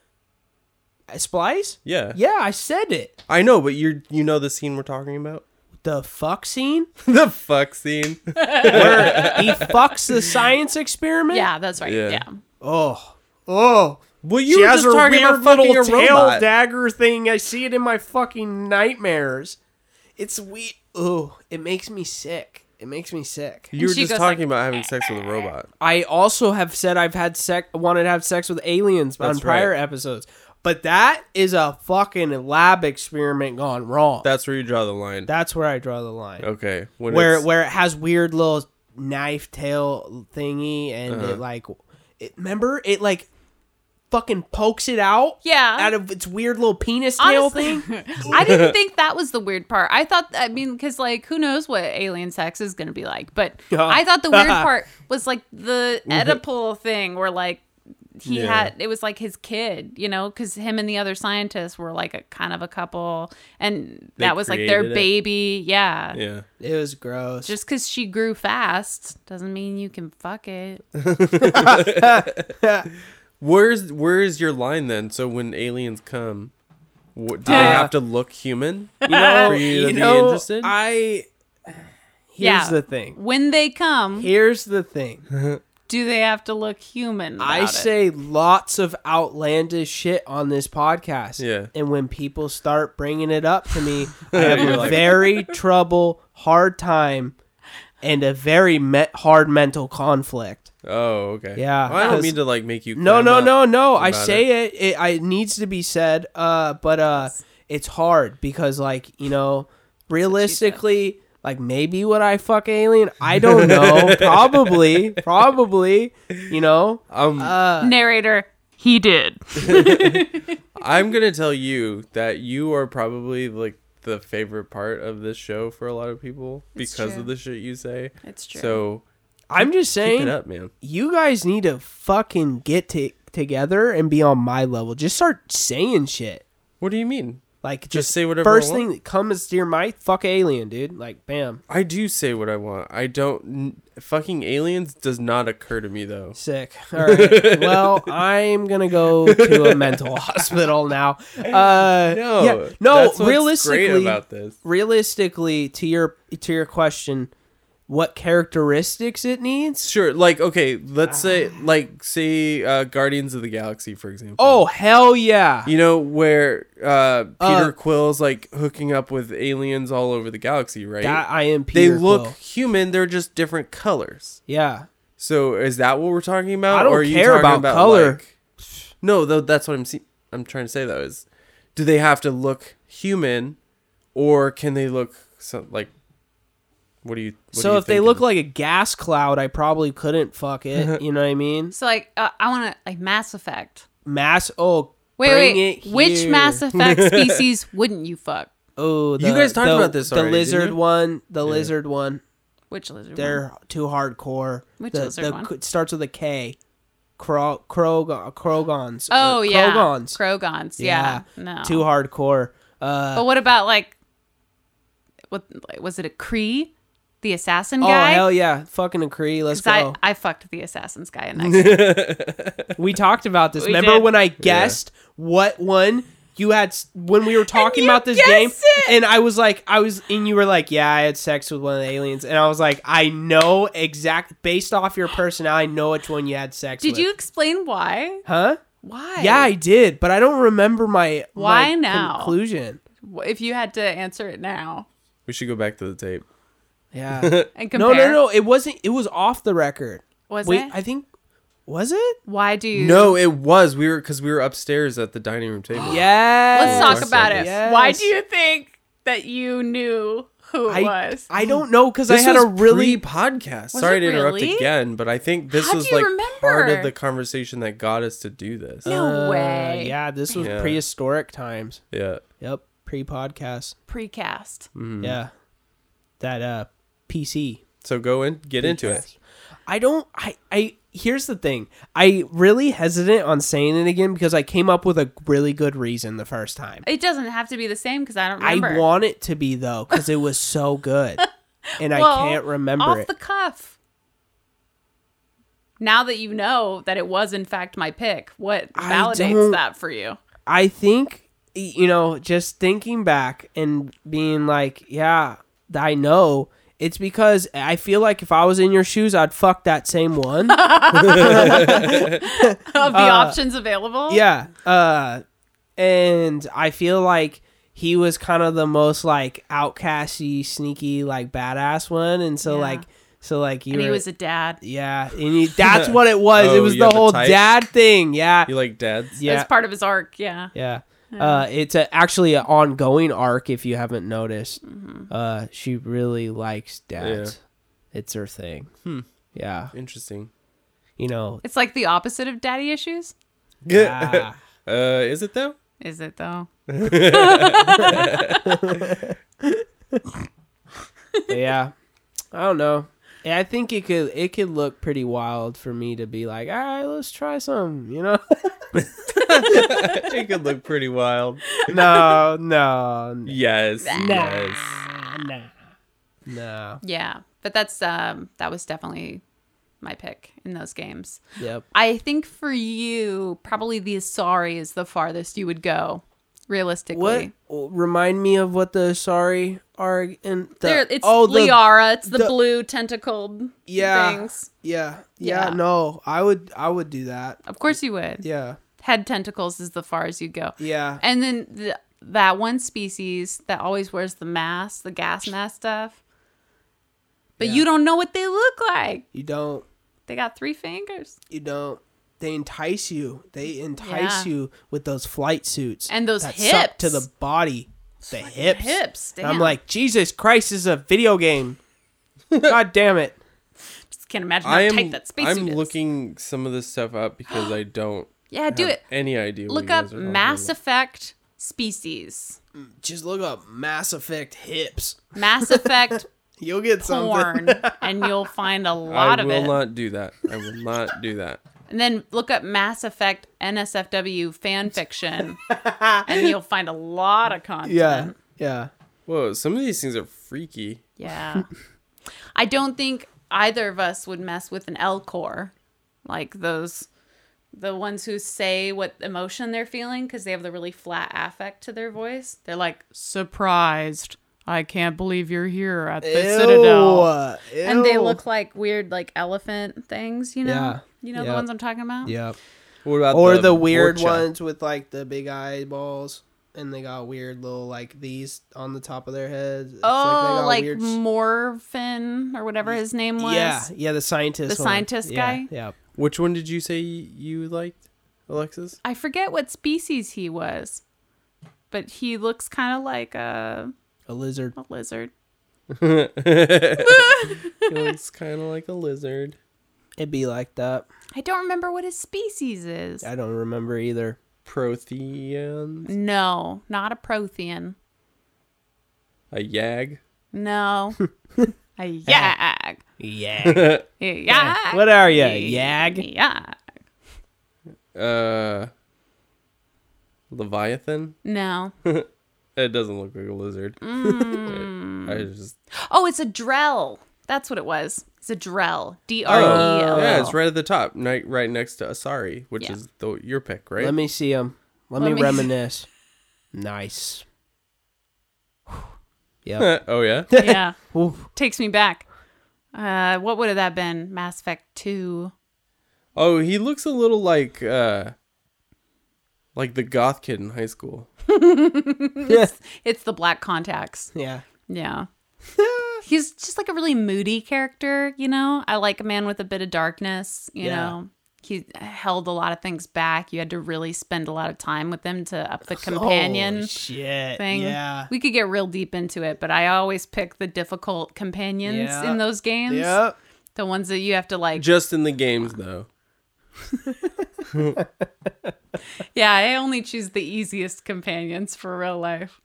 Uh, Splice?
Yeah.
Yeah, I said it.
I know, but you are you know the scene we're talking about. <laughs>
The fuck scene
the fuck scene.
where he fucks the science experiment.
yeah, that's right.
Yeah.
Yeah.
Oh. Oh.
Well, you
She
were
has
just
her
talking
weird
about fucking
little
a
tail
robot.
dagger thing. I see it in my fucking nightmares. It's we. Oh, it makes me sick. It makes me sick.
You were
she
just
goes
talking about having sex with a robot.
I also have said I've had sex, wanted to have sex with aliens on
That's right.
prior episodes. But that is a fucking lab experiment gone wrong.
That's where you draw the line.
That's where I draw the line.
okay. When
where
it's-
where it has weird little knife tail thingy and
Uh-huh.
it like it, remember it like fucking pokes it out
Yeah.
out of its weird little penis tail
Honestly,
thing
<laughs> I didn't think that was the weird part. I thought, I mean, because like, who knows what alien sex is going to be like? But
Yeah.
I thought the
<laughs>
weird part was like the Oedipal thing, where like he
Yeah.
had it was like his kid, you know, because him and the other scientists were like a kind of a couple, and
They
that was like their
created it.
baby. Yeah.
yeah.
it was gross
Just because she grew fast doesn't mean you can fuck it.
Where's where is your line then? So when aliens come, wh- do they
Uh,
have to look
<laughs>
human? You
<laughs>
know, for you, to be interested?
i here's
Yeah.
the thing
When they come,
here's the thing
do they have to look human? about
i
it?
say lots of outlandish shit on this podcast
Yeah.
and when people start bringing it up to
<laughs>
me i have
You're
a
like-
very trouble hard time and a very me- hard mental conflict
oh, okay.
Yeah,
Well, I don't
'cause-
mean to like make you.
No,
clam
no,
up.
no, no. I
about
say it. it. I it needs to be said. Uh, but uh, it's hard because like you know, realistically, like maybe would I fuck alien? I don't
<laughs>
know. probably, probably. You know.
Um,
Uh,
narrator. He
<laughs>
did.
I'm gonna tell you that you are probably like the favorite part of this show for a lot of people because
true.
of the shit you say.
It's true.
So
I'm just
keep it
saying,
up, man.
you guys need to fucking get to together and be on my level. Just start saying shit.
What do you mean?
Like just,
say whatever I
First
want.
thing that comes to your mind, fuck alien, dude. Like bam,
I do say what I want. I don't. N- fucking aliens does not occur to me though.
Sick. All
<laughs>
right. well, I'm gonna go to a mental hospital now. Uh,
No,
yeah. no.
that's what's
Realistically,
great about this.
realistically, to your to your question, what characteristics it needs?
Sure, like okay, let's say like say uh, Guardians of the Galaxy for example.
Ah. Oh hell yeah!
you know where uh, Peter
Uh,
Quill's like hooking up with aliens all over the galaxy, right?
That I am.
they
Peter
look
Quill.
human, they're just different colors.
Yeah.
So is that what we're talking about?
I don't
or are you
care
talking
about color.
like- no, though that's what I'm see- I'm trying to say though is, do they have to look human, or can they look so, like? What do you? What
so if they look like a gas cloud, I probably couldn't fuck
<laughs>
it. you know what I mean?
So like, uh, I want to like Mass Effect.
Mass. Oh,
Wait,
bring
wait.
it
Which
here. <laughs>
Mass Effect species wouldn't you fuck?
Oh, the,
You guys talked
the-
about this
The
already, didn't
lizard
you?
one. The lizard one.
Which lizard? one?
They're too hardcore.
Which
the,
lizard
the-
one?
It starts with a K. Krog, Krog, Krogons. or
Oh yeah,
Krogons.
Krogons. Yeah. No.
Too hardcore. Uh,
But what about like, what like, was it? A Cree, the assassin
oh,
guy.
hell yeah. Oh. Fucking a Cree. Let's
'Cause I,
go.
I fucked the assassin's guy in that
<laughs>
game.
we talked about this.
We
Remember
did.
when I guessed what one you had s- when we were talking
you
about this
guessed
game?
it!
And I was like, I was, and you were like, yeah, I had sex with one of the aliens. And I was like, I know exact, based off your personality, I know which one you had sex
Did
with.
you explain why?
Huh?
Why?
Yeah, I did, but I don't remember my
Why
my
now?
conclusion.
If you had to answer it now
we should go back to the tape.
Yeah.
and compare.
no, no, no. It wasn't. It was off the record.
Was it?
I think. Was it?
Why do you?
No, it was we were because we were upstairs at the dining room table.
<gasps> Yeah.
<gasps> Let's talk
Yes.
about it. Why
Yes.
do you think that you knew who it
I,
was?
I don't know because I
This
had a really.
podcast.
Was
Sorry
it
to interrupt
really?
again, but I think this
How
was
do you
like part
remember?
of the conversation that got us to do this.
no
Uh,
way.
Yeah, this was
Yeah.
prehistoric times.
Yeah.
Yep, pre-podcast.
Precast.
Hmm. Yeah, that uh PC.
So go in, get into it.
I don't. I. I. Here's the thing. I really hesitant on saying it again because I came up with a really good reason the first time.
It doesn't have to be the same because I don't remember.
I want it to be though because it was
<laughs>
so good, and
Well,
I can't remember
off
it.
the cuff. Now that you know that it was in fact my pick, what
I
validates
don't-
that for
<laughs>
you?
I think y- you know, just thinking back and being like, yeah, I know. It's because I feel like if I was in your shoes, I'd fuck that same one.
Of the options available,
Uh, yeah. Uh, and I feel like he was kind of the most like outcasty, sneaky, like badass one, and so
Yeah.
like So like you
and he
were-
was a dad.
yeah, and
<laughs>
you, that's what it was. it
Oh,
was
you
the
have the
whole
type?
dad thing. Yeah,
You like dads?
yeah,
That's part of his arc. Yeah.
yeah. Uh, it's a, actually an ongoing arc if you haven't noticed.
Mm-hmm.
Uh, she really likes dads. It's her thing.
Hmm.
Yeah,
Interesting.
<laughs>
you know.
It's like the opposite of daddy issues.
Yeah.
<laughs> uh, is it though? <laughs>
Is it though?
But yeah, I don't know. Yeah, I think it could it could look pretty wild for me to be like, all right, let's try some.
<laughs>
You know? <laughs>
it could look pretty wild.
no, no,
Yes. Yes.
no, no.
Yeah. But that's um that was definitely my pick in those games.
Yep.
I think for you, probably the Asari is the farthest you would go, realistically.
What remind me of what the sorry are in the
There, it's
oh, the-
Liara. It's the,
the-
blue tentacled
Yeah.
things.
Yeah,
Yeah.
yeah, No, I would I would do that.
Of course you would.
Yeah,
Head tentacles is the far as you go.
yeah.
And then the, that one species that always wears the mask, the gas mask stuff. But
Yeah.
you don't know what they look like.
You don't
They got three fingers
you don't. They entice you. They entice
Yeah.
you with those flight suits
And those
that suck to
hips.
the body. The hips.
hips.
And
Damn.
I'm like, Jesus Christ, this is a
<laughs>
video game. God damn it.
Just can't imagine how
I am.
tight that spacesuit
I'm
is.
looking some of this stuff up
<gasps>
because I don't.
Yeah, do
have
it.
Any idea? what
Look
you guys
up
are talking
Mass
about.
Effect species.
Just look up Mass Effect hips.
Mass Effect
You'll get something.
porn,
<laughs>
and you'll find a lot
I
of
will
it.
not do that. I will not do that.
And then look up Mass Effect NSFW fan
<laughs>
fiction, and you'll find a lot of content.
<laughs> Yeah, yeah.
Whoa, some of these things are freaky.
Yeah. I don't think either of us would mess with an Elcor, like those, the ones who say what emotion they're feeling because they have the really flat affect to their voice. They're like surprised. I can't believe you're here at the Citadel.
Ew.
And they look like weird, like elephant things, you know.
Yeah.
You know
Yeah.
the ones I'm talking about.
Yep.
What about
Or the, weird
Orcha?
ones with like the big eyeballs and they got weird little like these on the top of their heads. It's
Oh, like,
they got weird-
Morfin or whatever his name was.
Yeah, yeah, the scientist
The
one.
scientist
Yeah,
guy?
Yeah.
Which one did you say you liked, Alexis?
I forget what species he was, but he looks kind of like a,
A lizard.
a lizard. <laughs>
It looks kind of like a lizard.
It'd be like that.
I don't remember what his species is.
I don't remember either.
Prothean.
No, not a Prothean.
A yag.
<laughs>
No. a yag. <laughs>
Yeah.
A yag.
what are you?
A
Yag?
Yag.
Uh. Leviathan.
No.
It doesn't look like a lizard. <laughs>
Mm.
I just.
Oh, it's a drell. That's what it was. It's a drell. D R E
Oh,
L.
yeah, it's right at the top, right, right next to Asari, which
Yeah.
is the, your pick, right?
Let me see him. Let,
Let
me,
me- <laughs>
reminisce. nice. Yep.
<laughs> oh yeah.
yeah.
<laughs> Oof.
Takes me back. Uh, what would have that been? Mass Effect 2.
Oh, he looks a little like uh like the goth kid in high school.
It's the black contacts.
yeah. <laughs>
Yeah. He's just like a really moody character, you know? I like a man with a bit of darkness, you
Yeah.
know? He held a lot of things back. You had to really spend a lot of time with him to up the companion
Holy shit.
thing.
Oh, Yeah.
We could get real deep into it, but I always pick the difficult companions
Yeah.
in those games.
Yep.
The ones that you have to like.
Just in the games though.
Yeah, I only choose the easiest companions for real life.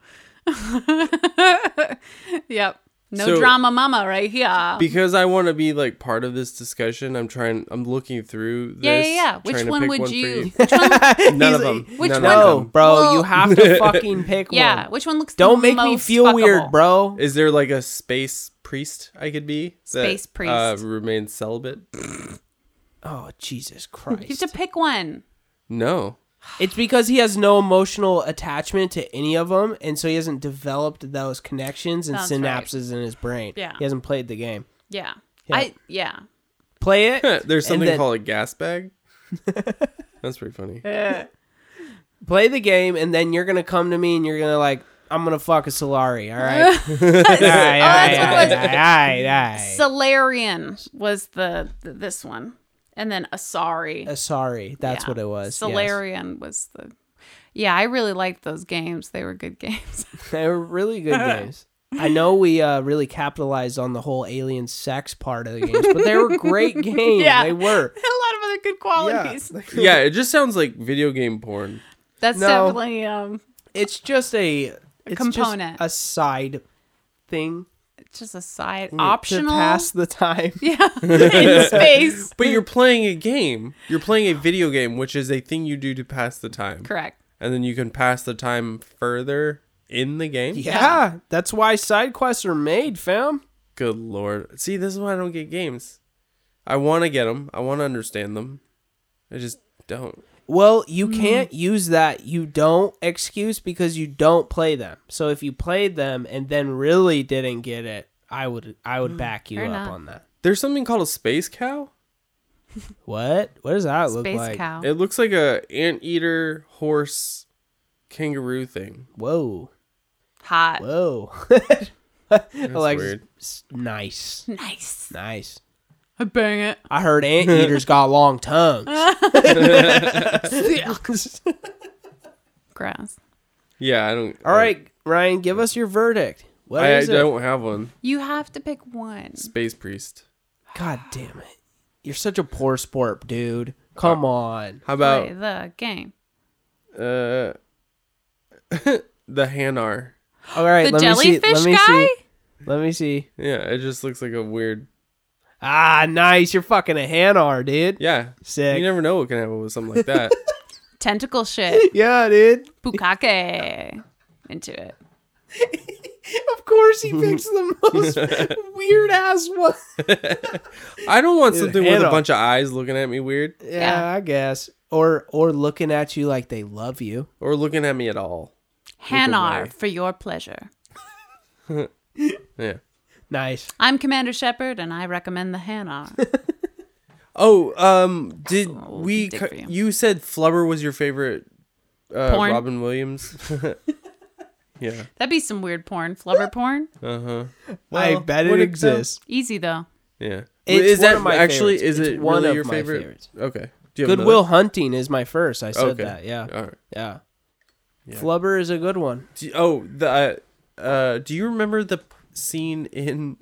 <laughs> yep. No
So-
drama mama right here.
Because I want to be like part of this discussion, I'm trying I'm looking through this.
yeah, yeah, yeah. Which
trying to
one
pick
would
for
you?
you.
Which
<laughs>
one?
<laughs> None of
He's
them.
<laughs> like,
which
None
one- Oh.
of
No,
them.
bro,
Well-
you have to fucking pick
<laughs> Yeah,
one.
which one looks?
Don't
the
make me
most
feel weird,
fuckable?
bro.
Is there like a space priest I could be?
Space priest.
Uh, remains celibate?
Oh, Jesus
You
Christ.
have to pick one.
No. <laughs>
It's because he has no emotional attachment to any of them, and so he hasn't developed those connections and
That's right.
synapses in his brain.
Yeah.
He hasn't played the game.
Yeah.
Yeah.
I yeah.
Play it.
<laughs> There's something
then-
called a
<laughs>
gas bag. That's pretty funny.
play the game and then you're gonna come to me and you're gonna like I'm gonna fuck a Solari.
<laughs>
All
<laughs>
right. all right. All right.
that's what
all
it was.
right, all right, all
<laughs>
right.
Solarian was the, th- this one, and then Asari.
Uh, sorry, that's
Yeah.
what it was. yes.
Solarian was the. Yeah, I really liked those games. They were good <laughs> games.
<laughs> They were
<laughs>
really good games. I know we uh, really capitalized on the whole alien sex part of the games, but they were
<laughs>
great games.
Yeah.
They were.
a lot of other good qualities.
yeah, it just sounds like video game porn.
That's
No.
definitely um,
It's just a, it's just
component.
a side thing
just a side
to
optional.
pass the time.
<laughs> Yeah, in space.
But you're playing a game. You're playing a video game, which is a thing you do to pass the time.
Correct.
And then you can pass the time further in the game.
<laughs> Yeah, that's why side quests are made, fam.
Good lord. See, this is why I don't get games. I want to get them. I want to understand them. I just don't.
Well, you
Mm.
can't use that you don't excuse because you don't play them. So if you played them and then really didn't get it, I would I would back you
Mm. Fair
up
enough.
on that.
There's something called a space cow.
What? What does that look
Space
like?
cow.
It looks like a anteater horse kangaroo thing.
Whoa.
Hot.
Whoa. <laughs>
weird.
s-
<laughs>
Nice.
Nice.
Nice.
I bang it.
I heard <laughs> anteaters got
<laughs>
long tongues. <laughs>
Gross.
Yeah, I don't.
All right, Ryan, give us your verdict. What
I, I
is it?
don't have one.
You have to pick one.
Space priest.
God damn it. You're such a poor sport, dude. Come on.
How about
Play the game.
uh <laughs> the Hanar?
All right,
The
let me see.
jellyfish
Let me
guy?
see. Let me see.
Yeah, it just looks like a weird.
Ah, nice. You're fucking a Hanar, dude.
Yeah,
Sick.
You never know what can happen with something like that.
Tentacle
<laughs>
shit.
<laughs> yeah, dude.
Bukake. Into it.
Of course <laughs> he picks the <laughs> most weird ass one.
I don't want something with a
Hanar.
bunch of eyes looking at me weird
Yeah, I guess. Or or looking at you like they love you.
or looking at me at all. away.
Hanar, for your pleasure.
Yeah.
Nice.
I'm Commander Shepard, and I recommend the
<laughs>
Hanar.
Oh, um, did we?
dick
co-
for you.
you. said Flubber was your favorite uh,
Porn.
Robin
<laughs>
Williams. <laughs> yeah.
That'd be some weird porn.
<laughs>
Flubber porn.
Uh huh.
I bet it
what it-
exists.
Easy, though.
Yeah.
It's
is
one
that
of my
actually
favorites.
is
It's
it
one
really
of
your
my
favorite?
favorites.
Okay. Do you have
Goodwill Hunting is my first. I said
another?
that. Yeah.
All right.
Yeah. Flubber is a good one.
Do- oh, the uh, uh, do you remember the p- scene in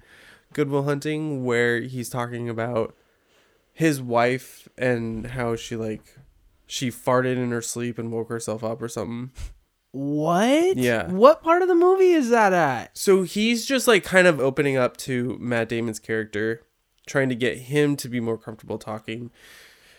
Goodwill Hunting where he's talking about his wife and how she like she farted in her sleep and woke herself up or something?
What?
Yeah.
What part of the movie is that at?
So he's just like kind of opening up to Matt Damon's character, trying to get him to be more comfortable talking.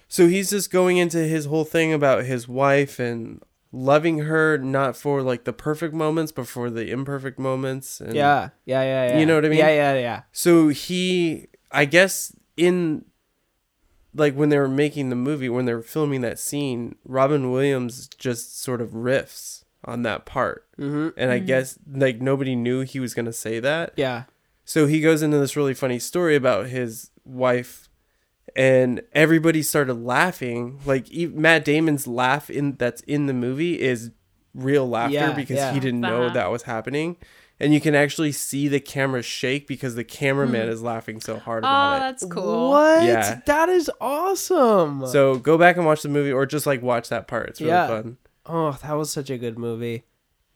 So he's just going into his whole thing about his wife and loving her not for like the perfect moments but for the imperfect moments and
Yeah. Yeah. Yeah. yeah.
You know what I mean?
Yeah. Yeah. Yeah.
So he, I guess, in like when they were making the movie, when they were filming that scene, Robin Williams just sort of riffs on that part. Mm-hmm. And I guess like nobody knew he was going to say that.
Yeah.
So he goes into this really funny story about his wife, and everybody started laughing. Like e- Matt Damon's laugh in that's in the movie is real laughter
Yeah,
because
yeah.
he didn't know
Uh-huh.
that was happening, and you can actually see the camera shake because the cameraman is laughing so hard
Hmm. Oh,
about it.
that's cool.
What?
Yeah.
That is awesome.
So go back and watch the movie, or just like watch that part. It's really
Yeah.
fun.
oh, that was such a good movie.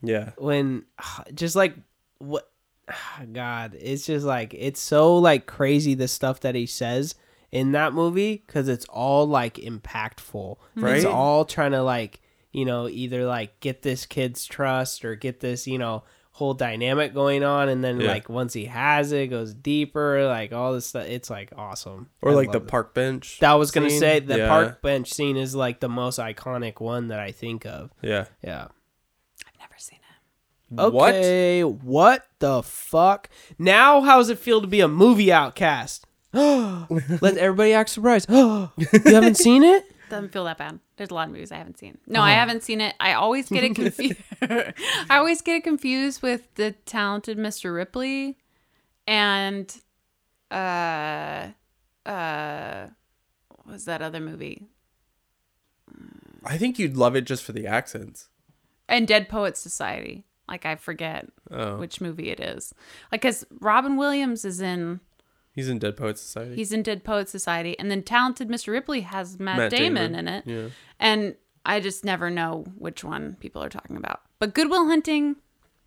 Yeah,
When <sighs> just like what <sighs> God, it's just like it's so like crazy the stuff that he says in that movie cuz it's all like impactful.
Right?
It's all trying to like, you know, either like get this kid's trust or get this, you know, whole dynamic going on and then
Yeah.
like once he has it, it goes deeper, like all this stuff. It's like awesome.
or
I
like the
love it.
park bench.
That was gonna
scene.
say the
Yeah.
park bench scene is like the most iconic one that I think of.
Yeah.
Yeah.
I've never seen it.
What?
Okay. What? the fuck? Now, how's it feel to be a movie outcast? <gasps> Let everybody act surprised. <gasps> you
<laughs>
haven't seen it?
Doesn't feel that bad. There's a lot of movies I haven't seen. No, I haven't seen it. I always get it confused. <laughs> I always get it confused with the talented Mr. Ripley and uh uh what was that other movie?
I think you'd love it just for the accents.
And Dead Poets Society. Like I forget
Oh,
which movie it is. Like cuz Robin Williams is in
he's in Dead Poets Society.
he's in Dead Poets Society and then Talented Mr. Ripley has Matt,
Matt
Damon,
Damon.
in it.
yeah,
And I just never know which one people are talking about. But Goodwill Hunting,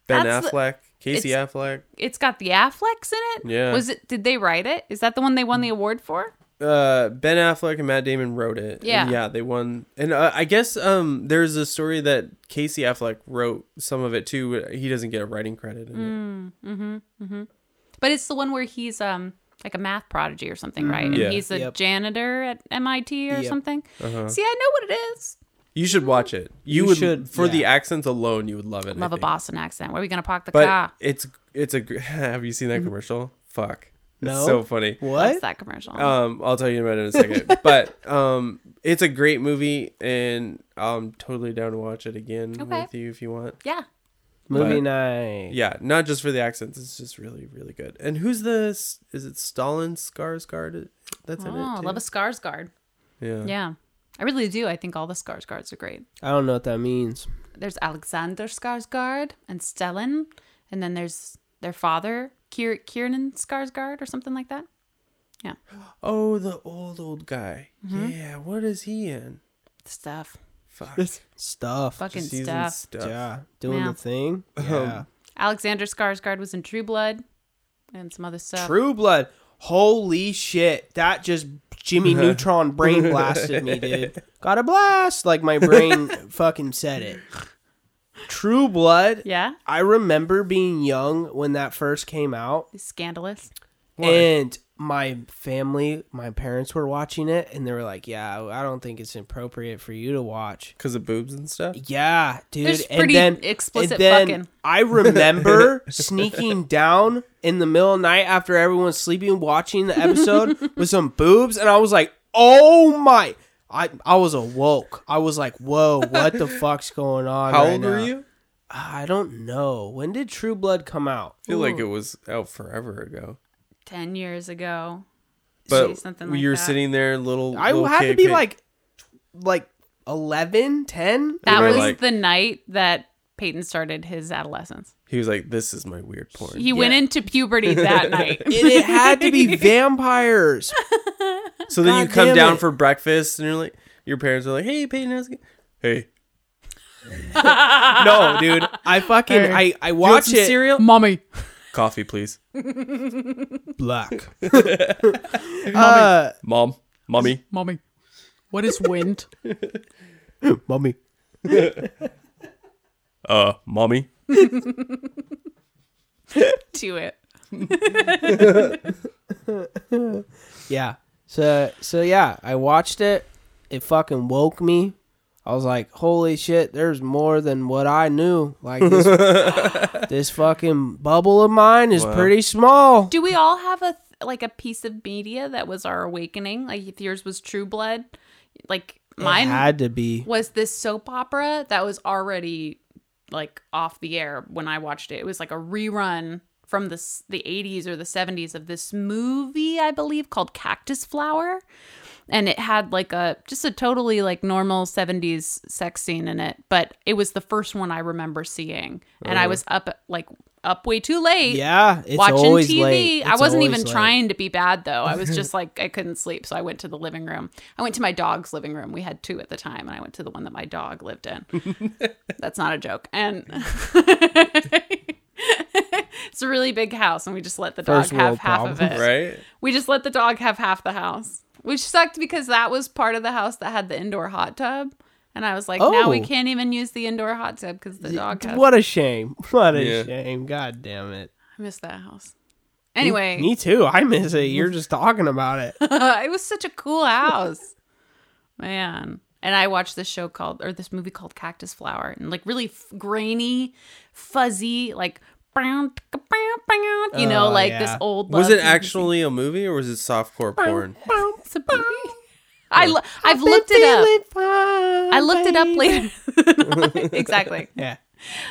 Ben
That's the-
Affleck, Casey Affleck.
it's got the Afflecks in it.
Yeah.
Was it did they write it? Is that the one they won the award for?
uh Ben Affleck and Matt Damon wrote it.
Yeah.
And yeah, they won. And uh, I guess um there's a story that Casey Affleck wrote some of it too. but He doesn't get a writing credit in
Mm. But it's the one where he's um like a math prodigy or something, right? And
Mm-hmm. Yeah. Uh-huh.
he's a
Yep.
janitor at MIT or
Yep.
something. See, I know what it is.
it. You should watch it. You,
You
would
should,
for the
yeah.
accents alone, you would love it. I
Love a
think.
Boston accent. Where are we gonna park the
But
car?
it's it's a gr- <laughs> have you seen that
Mm-hmm.
commercial? Fuck. It's
No.
so funny.
What's
What?
that commercial?
Um, I'll tell you about it in a
<laughs>
second. but um, it's a great movie, and I'm totally down to watch it again
Okay.
with you if you want.
yeah.
Movie
But-
night.
Yeah, not just for the accents. It's just really, really good. And who's the? s- Is it Stalin Skarsgård? That's in it.
Oh,
Too.
love a Skarsgård.
yeah.
Yeah. I really do. I think all the Skarsgårds are great.
I don't know what that means.
There's Alexander Skarsgård and Stellan, and then there's their father, Kier- Kiernan Skarsgård or something like that. Yeah.
Oh, the old old guy.
Mm-hmm.
Yeah. What is he in?
Stuff.
Fuck.
Stuff.
Fucking
Just he's in
stuff.
stuff. Um,
Yeah. Doing
Yeah.
the thing. Yeah.
Alexander Skarsgård was in True Blood and some other stuff.
True Blood. Holy shit. That just Jimmy Neutron brain blasted me, dude. Got a blast. Like my brain fucking said it. True Blood.
Yeah.
I remember being young when that first came out.
He's scandalous.
Why?
And my family, my parents were watching it and they were like, Yeah, I don't think it's appropriate for you to watch.
Because of boobs and stuff.
Yeah, dude.
There's
and
pretty
then,
explicit
and then
fucking.
I
<laughs>
remember sneaking down in the middle of the night after everyone's sleeping, watching
<laughs>
the episode with some boobs, and I was like, "Oh my!" I I was awoke. I was like, "Whoa, what
<laughs>
the fuck's going on?"
How
right
old were
now?"
you?
I don't know. When did True Blood come out?
I feel like it was out forever ago.
10 years ago.
But
something like
you were
that.
sitting there, little.
I
little
had to
kid,
be
kid.
like, like 11, 10?
That
were
was
like-
the night that Peyton started his adolescence.
He was like, "This is my weird porn."
He went into puberty that night.
and it had
<laughs>
to be vampires.
so then you
God
come
damn
down
it.
for breakfast, and you're like, your parents are like, "Hey, Peyton, how's it go-"
<laughs>
Hey,
No, dude. I fucking I I
you want
watch
some
it.
cereal?
Mommy.
Coffee, please,
black. uh,
mom, mommy."
Mommy. What is wind?
mommy.
uh, mommy.
to it.
Yeah. So so yeah, I watched it. It fucking woke me. I was like, holy shit, there's more than what I knew. Like this, this fucking bubble of mine is pretty small.
Do we all have a th- like a piece of media that was our awakening? Like if yours was True Blood, like mine
it had to be.
was this soap opera that was already like off the air when I watched it. It was like a rerun from the s- the 80s or the 70s of this movie, I believe, called Cactus Flower. And it had like a just a totally like normal 70s sex scene in it, but it was the first one I remember seeing. And I was up like up way too late
Yeah, it's
watching
always
TV.
late.
I
It's
wasn't even
always late.
trying to be bad though. I
<laughs>
was just like I couldn't sleep, so I went to the living room. I went to my dog's living room. We had two at the time, and I went to the one that my dog lived in.
<laughs>
That's not a joke. And <laughs> it's a really big house, and we just let the dog
First
have
world
half of it.
problems.
Right?
We just let the dog have half the house, which sucked because that was part of the house that had the indoor hot tub. And I was like, now we
Oh.
can't even use the indoor hot tub because the dog has.
<laughs> What a shame. <laughs> What a
Yeah.
shame. God damn it.
I miss that house. Anyway,
Me too. I miss it. You're just talking about it.
it was such a cool house. Man. And I watched this show called, or this movie called Cactus Flower, and like really f- grainy, fuzzy, like, brown, you know,
Oh,
like
yeah.
this old.
Was
love
it actually a movie or was it softcore porn?
It's a
<laughs>
movie. I lo- I've <laughs> looked it up. I looked it up
<laughs>
<laughs> later. exactly.
Yeah.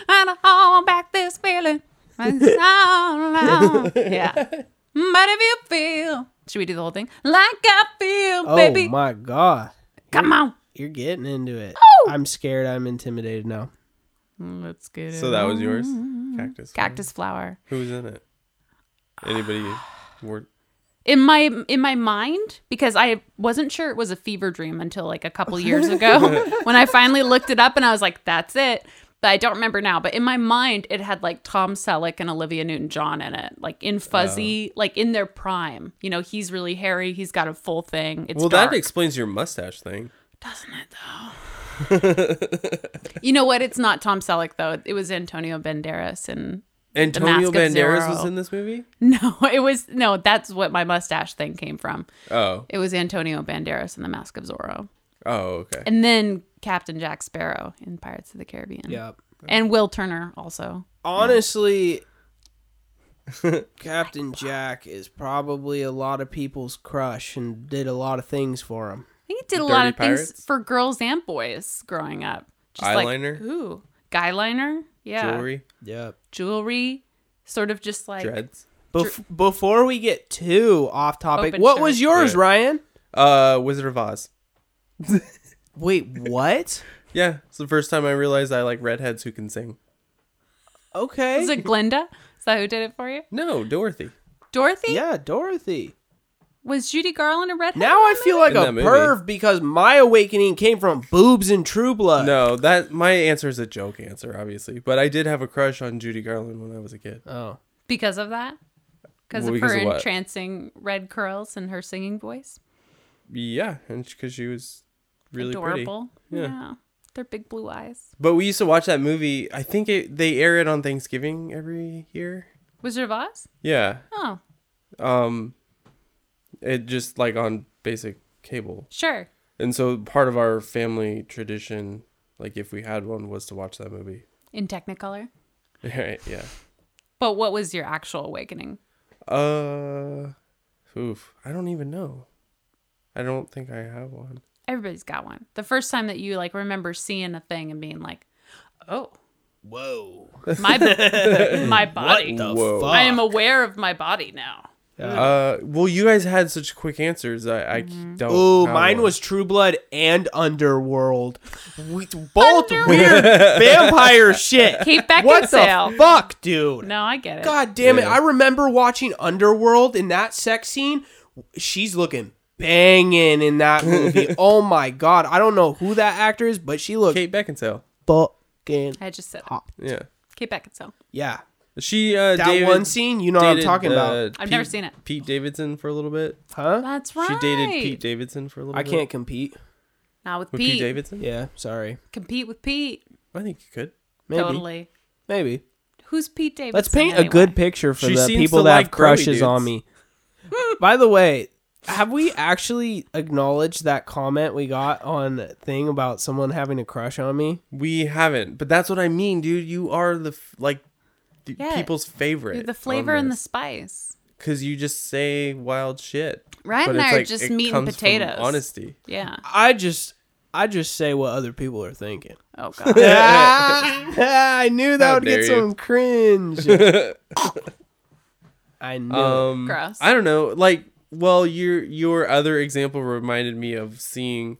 And I hold back this
<laughs>
feeling. It's all alone. Yeah. But if you feel, should we do the whole thing? Like I feel,
Oh
baby.
my god.
Come on.
You're getting into it. I'm scared. I'm intimidated now.
Let's get it.
So that was yours?
Mm-hmm.
Cactus. Flower.
Cactus flower.
Who was in it?
<sighs>
Anybody? Word?
In my in my mind, because I wasn't sure it was a fever dream until like a couple
<laughs>
years ago <laughs> when I finally looked it up and I was like, that's it. But I don't remember now. But in my mind, it had like Tom Selleck and Olivia Newton John in it, like
Oh.
in fuzzy, like in their prime. You know, he's really hairy. He's got a full thing. It's
Well,
dark.
that explains your mustache thing.
Doesn't it though?
<laughs>
you know what? It's not Tom Selleck though. It was Antonio Banderas and <laughs>
Antonio
Mask of
Banderas was
Zorro.
in this movie?
no, it was no, that's what my mustache thing came from.
Oh.
It was Antonio Banderas in The Mask of Zorro.
Oh, okay.
And then Captain Jack Sparrow in Pirates of the Caribbean.
Yep.
And Will Turner also.
<laughs>
Honestly, Captain Jack is probably a lot of people's crush and did a lot of things for him.
I think he did a lot
Dirty
of
Pirates?
things for girls and boys growing up.
Eyeliner?
Like, ooh. Guyliner? Yeah.
Jewelry,
Yep.
Jewelry. Sort of just like
dreads.
Bef- before we get too off topic,
Open
what
shirt.
was yours,
Yeah.
Ryan?
Uh, Wizard of Oz.
Wait, what?
Yeah, it's the first time I realized I like redheads who can sing.
Okay.
Is it Glinda? Is that who did it for you?
No, Dorothy.
Dorothy?
yeah, Dorothy.
Was Judy Garland a redhead?
Now I feel like
In
a
that movie.
perv because my awakening came from boobs and True Blood.
No, that my answer is a joke answer, obviously. But I did have a crush on Judy Garland when I was a kid.
Oh.
Because of that? Because
Well,
of
because
her
of what?
entrancing red curls and her singing voice?
Yeah, and because she was really pretty.
Adorable.
Yeah.
yeah. Their big blue eyes.
But we used to watch that movie. I think it, they air it on Thanksgiving every year.
Wizard of Oz?
Yeah,
Oh,
um, it just like on basic cable,
sure.
and so part of our family tradition, like if we had one, was to watch that movie. <laughs>
In Technicolor.
Right? Yeah.
But what was your actual awakening?
Uh, oof. I don't even know. I don't think I have one.
Everybody's got one. The first time that you like remember seeing a thing and being like, <laughs> "Oh,
Whoa.
my my body.
Whoa.
I am aware of my body now."
Uh, well, you guys had such quick answers. I, I don't.
Ooh,
have
mine
Oh, one.
was True Blood and Underworld. We, both
<laughs>
weird vampire shit.
Kate
what
Beckinsale.
the fuck, dude?
No, I get it.
God damn it.
Yeah.
I remember watching Underworld in that sex scene. She's looking banging in that
<laughs>
movie. oh my god. I don't know who that actor is, but she looked
Kate Beckinsale.
fucking
I just said it.
hot.
Yeah,
Kate Beckinsale.
Yeah.
she. Uh,
That
dated-
one scene, you know what I'm
dated,
talking about.
uh,
I've never seen it.
Pete Davidson for a little bit.
Huh?
That's right.
She dated Pete Davidson for a little.
I
bit.
can't compete.
Not with,
With
Pete.
Pete Davidson.
Yeah, sorry.
Compete with Pete.
I think you could.
Maybe.
Totally.
Maybe.
Who's Pete Davidson?
Let's paint a
anyway?
good picture for
She
the
seems
people
to
that
like
have
curly
crushes on me.
dudes.
<laughs> By the way, have we actually acknowledged that comment we got on the thing about someone having a crush on me?
We haven't, but that's what I mean, dude. You are the f- like the
Yeah.
people's favorite.
You're the flavor and the spice.
because you just say wild shit.
Ryan
But
and
it's
I are
like,
just
it
meat and
comes from
potatoes.
Honesty.
<laughs>
Yeah.
I just I just say what other people are thinking.
Oh god.
<laughs>
<laughs>
Ah, I knew that
How
would get
dare you.
some <laughs> cringe. I knew. it.
Um,
Gross.
I don't know. Like, well, your your other example reminded me of seeing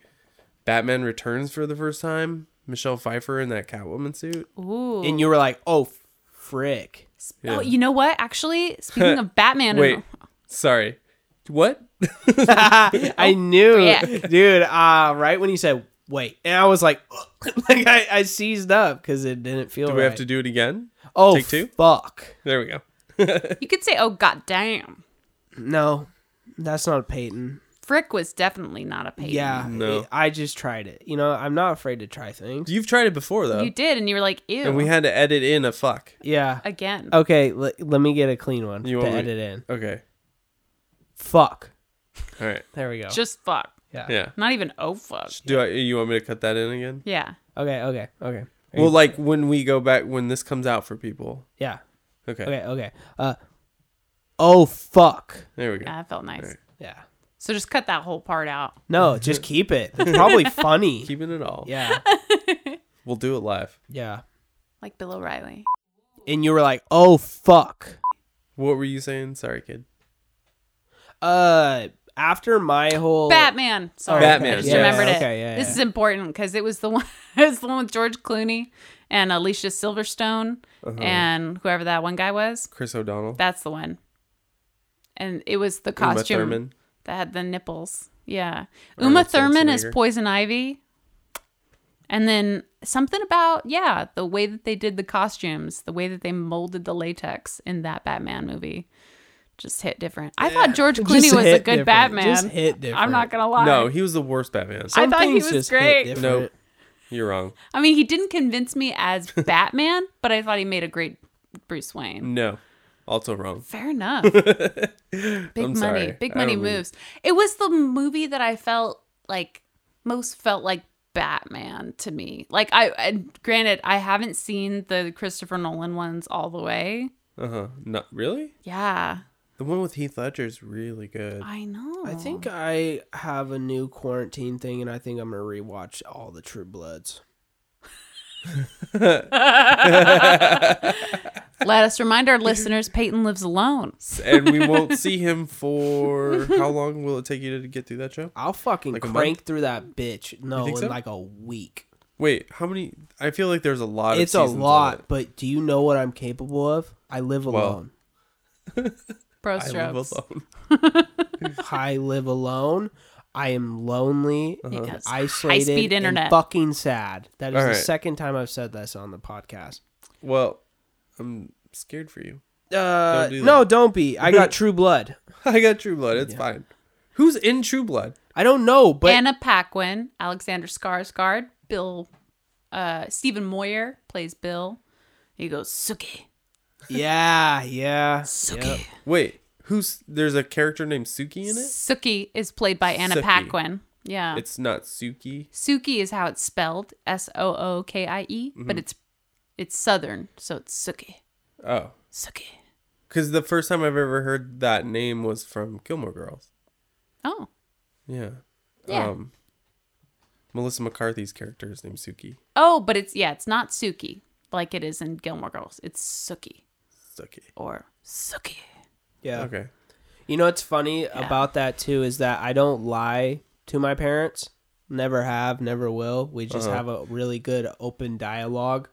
Batman Returns for the first time. Michelle Pfeiffer in that Catwoman suit.
Ooh.
and you were like, "Oh, frick."
Oh, you know what? Actually,
<laughs>
speaking of Batman,
Wait,
and-
sorry. What?
I knew,
"Oh, frick.
<laughs> dude. Uh, right when you said wait, and I was like, <laughs> like I, I seized up because it didn't feel.
Do
right.
we have to do it again?
Oh,
take two?
fuck.
There we go.
you could say, "Oh goddamn,
No, that's not Peyton.
Frick was definitely not a Peyton."
Yeah,
No.
it- I just tried it. You know, I'm not afraid to try things.
You've tried it before though,
you did, and you were like, "Ew."
and we had Oh. to edit in a fuck.
Yeah.
again.
Okay, l- let me get a clean one
You
to
want me-
edit in.
Okay.
Fuck.
All right.
There we go.
Just fuck.
yeah.
Yeah.
Not even oh fuck.
Do I, you want me to cut that in again?
Yeah.
Okay. Okay. Okay.
Well, like when we go back when this comes out for people.
yeah.
Okay.
Okay. Okay. Uh. Oh fuck.
There we go.
Yeah, that felt nice.
Alright.
Yeah.
So just cut that whole part out.
<laughs> No, just keep it. It's
<laughs>
probably funny.
Keeping it all. <laughs>
yeah.
We'll do it live.
Yeah.
Like Bill O'Reilly.
Oh.
And you were like, "Oh fuck."
What were you saying? Sorry, kid.
Uh, after my whole
Batman. Sorry,
Batman,
I just
yes.
remembered it.
Okay, yeah, yeah.
This is important because it was the <laughs> one. it was the one with George Clooney and Alicia Silverstone
Uh-huh.
and whoever that one guy was.
Chris O'Donnell.
That's the one. And it was the
Uma
costume
Thurman.
that had the nipples. Yeah,
Arnold
Uma Thurman is
Schwarzenegger.
Poison Ivy. And then something about yeah, the way that they did the costumes, the way that they molded the latex in that Batman movie, just hit different. I thought George
Just
Clooney was a
hit
good
different.
Batman.
Just hit
I'm not
different.
gonna lie.
No, he was the worst Batman.
I thought he
things
was
just hit
great.
different.
Nope. You're wrong.
I mean, he didn't convince me as Batman, but I thought he made a great Bruce Wayne.
No. Also wrong.
Fair enough. Big money,
sorry.
big
I
money
don't mean-
moves. It was the movie that I felt like most felt like Batman to me. Like I, I granted, I haven't seen the Christopher Nolan ones all the way.
Uh huh. Not really.
Yeah,
The one with Heath Ledger is really good.
I know.
I
Oh.
think I have a new quarantine thing, and I think I'm gonna rewatch all the True Bloods.
Let us remind our listeners, Peyton lives alone.
and
<laughs>
we won't see him for how long will it take you to get through that show?
I'll fucking
Like a
crank through that bitch. No, in
think so?
like a week.
Wait, how many? I feel like there's a lot.
It's
of
a
seasons of
lot,
it.
but do you know what I'm capable of? I live
Well.
alone.
Bro
I live
strokes.
alone.
I live alone. I am lonely,
Uh-huh.
and
Yes.
isolated,
High-speed
and
internet.
fucking sad. That is
All
the
right.
second time I've said this on the podcast.
Well, I'm scared for you. <laughs>
Uh,
Don't do
no,
that.
don't be. I
<laughs>
got True Blood.
I got True Blood. It's fine. Who's in True Blood?
I don't know, but
Anna Paquin, Alexander Skarsgård, Bill, uh, Stephen Moyer plays Bill. He goes Suki,
yeah, yeah,
Suki.
yep.
Wait, who's there's a character named Suki in it?
Suki is played by Anna
Suki.
Paquin. Yeah,
It's not Suki.
Suki is how it's spelled, S O O K I E,
Mm-hmm.
but it's it's Southern, so it's Suki,
Oh,
Suki.
because the first time I've ever heard that name was from Gilmore Girls.
Oh,
Yeah.
Yeah.
Um, Melissa McCarthy's character is named Suki.
oh, but it's yeah, it's not Suki like it is in Gilmore Girls. It's Suki
Suki.
or Suki.
yeah.
Okay.
You know what's funny about that too is that I don't lie to my parents. Never have, never will. We just have a really good open dialogue.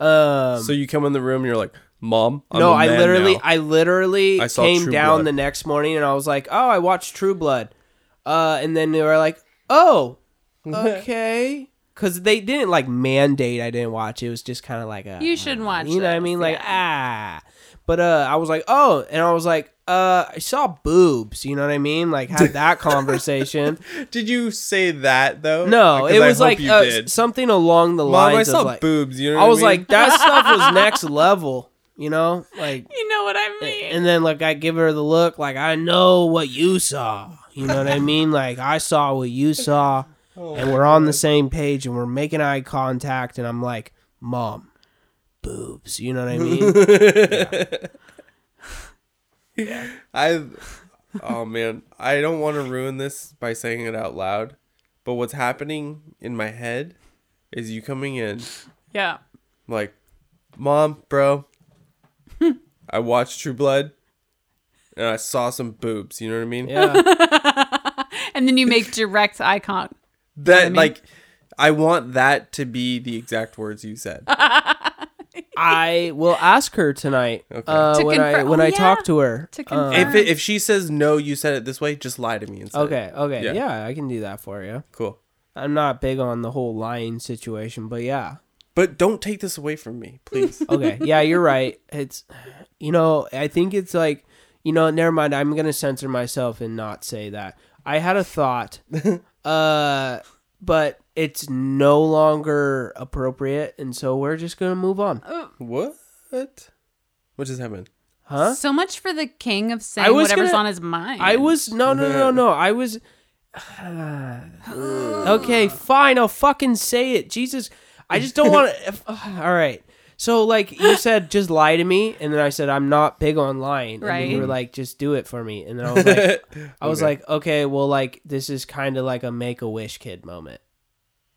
Um
Uh-huh. So you come in the room, and you're like, "Mom, I'm
no,
a
I
man
literally
now."
I literally
I saw
came
True
down
Blood.
the next morning and I was like, "Oh, I watched True Blood." Uh and then they were like,
<laughs>
"Oh, okay." Cuz they didn't like mandate I didn't watch. It was just kind of like a
You shouldn't watch.
Uh, you know what I
this,
mean? Like,
yeah.
ah. But uh, I was like, oh, and I was like, uh, I saw boobs. You know what I mean? Like, had
<laughs>
that conversation.
Did you say that though?
No,
Because
it
I
was
hope
like
you
uh,
did.
something along the
Mom, I
lines
saw
of like,
boobs. You know,
I
what
was
mean?
like, that stuff
<laughs>
was next level. You know, like,
you know what I mean.
and then like I give her the look, like I know what you saw. You know what
<laughs>
I mean? Like I saw what you saw,
Oh
and we're on the same page, and we're making eye contact, and I'm like, mom, boobs. You know what I mean?
<laughs> I. Oh man, I don't want to ruin this by saying it out loud, but what's happening in my head is you coming in
yeah.
like, "Mom, bro, I watched True Blood, and I saw some boobs." You know what I mean?
yeah.
And then you make direct eye con.
That like, I want that to be the exact words you said.
I will ask her tonight uh,
To
when I
confirm-
when
oh,
I talk
yeah.
to her.
To
Uh,
confirm.
if it, if she says no, you said it this way. Just lie to me and say,
okay, okay,
Yeah.
yeah. I can do that for you.
cool."
I'm not big on the whole lying situation, but yeah,
But don't take this away from me, please.
<laughs> okay, yeah, you're right. It's, you know, I think it's like, you know, never mind. I'm gonna censor myself and not say that. I had a thought, uh, but it's no longer appropriate, and so we're just gonna move on,
<laughs> what? What just happened?
huh?
So much for the king of
I
saying
was
whatever's
gonna-
on his mind.
I was no no no no. I was <sighs> okay. Fine, I'll fucking say it. Jesus, I just don't want to. <sighs> all right. So like you said, just lie to me, and then I said I'm not big on lying. And then you
Right.
were like, just do it for me, and then I was like, I was
Okay.
like, okay, well, like this is kind of like a make a wish kid moment.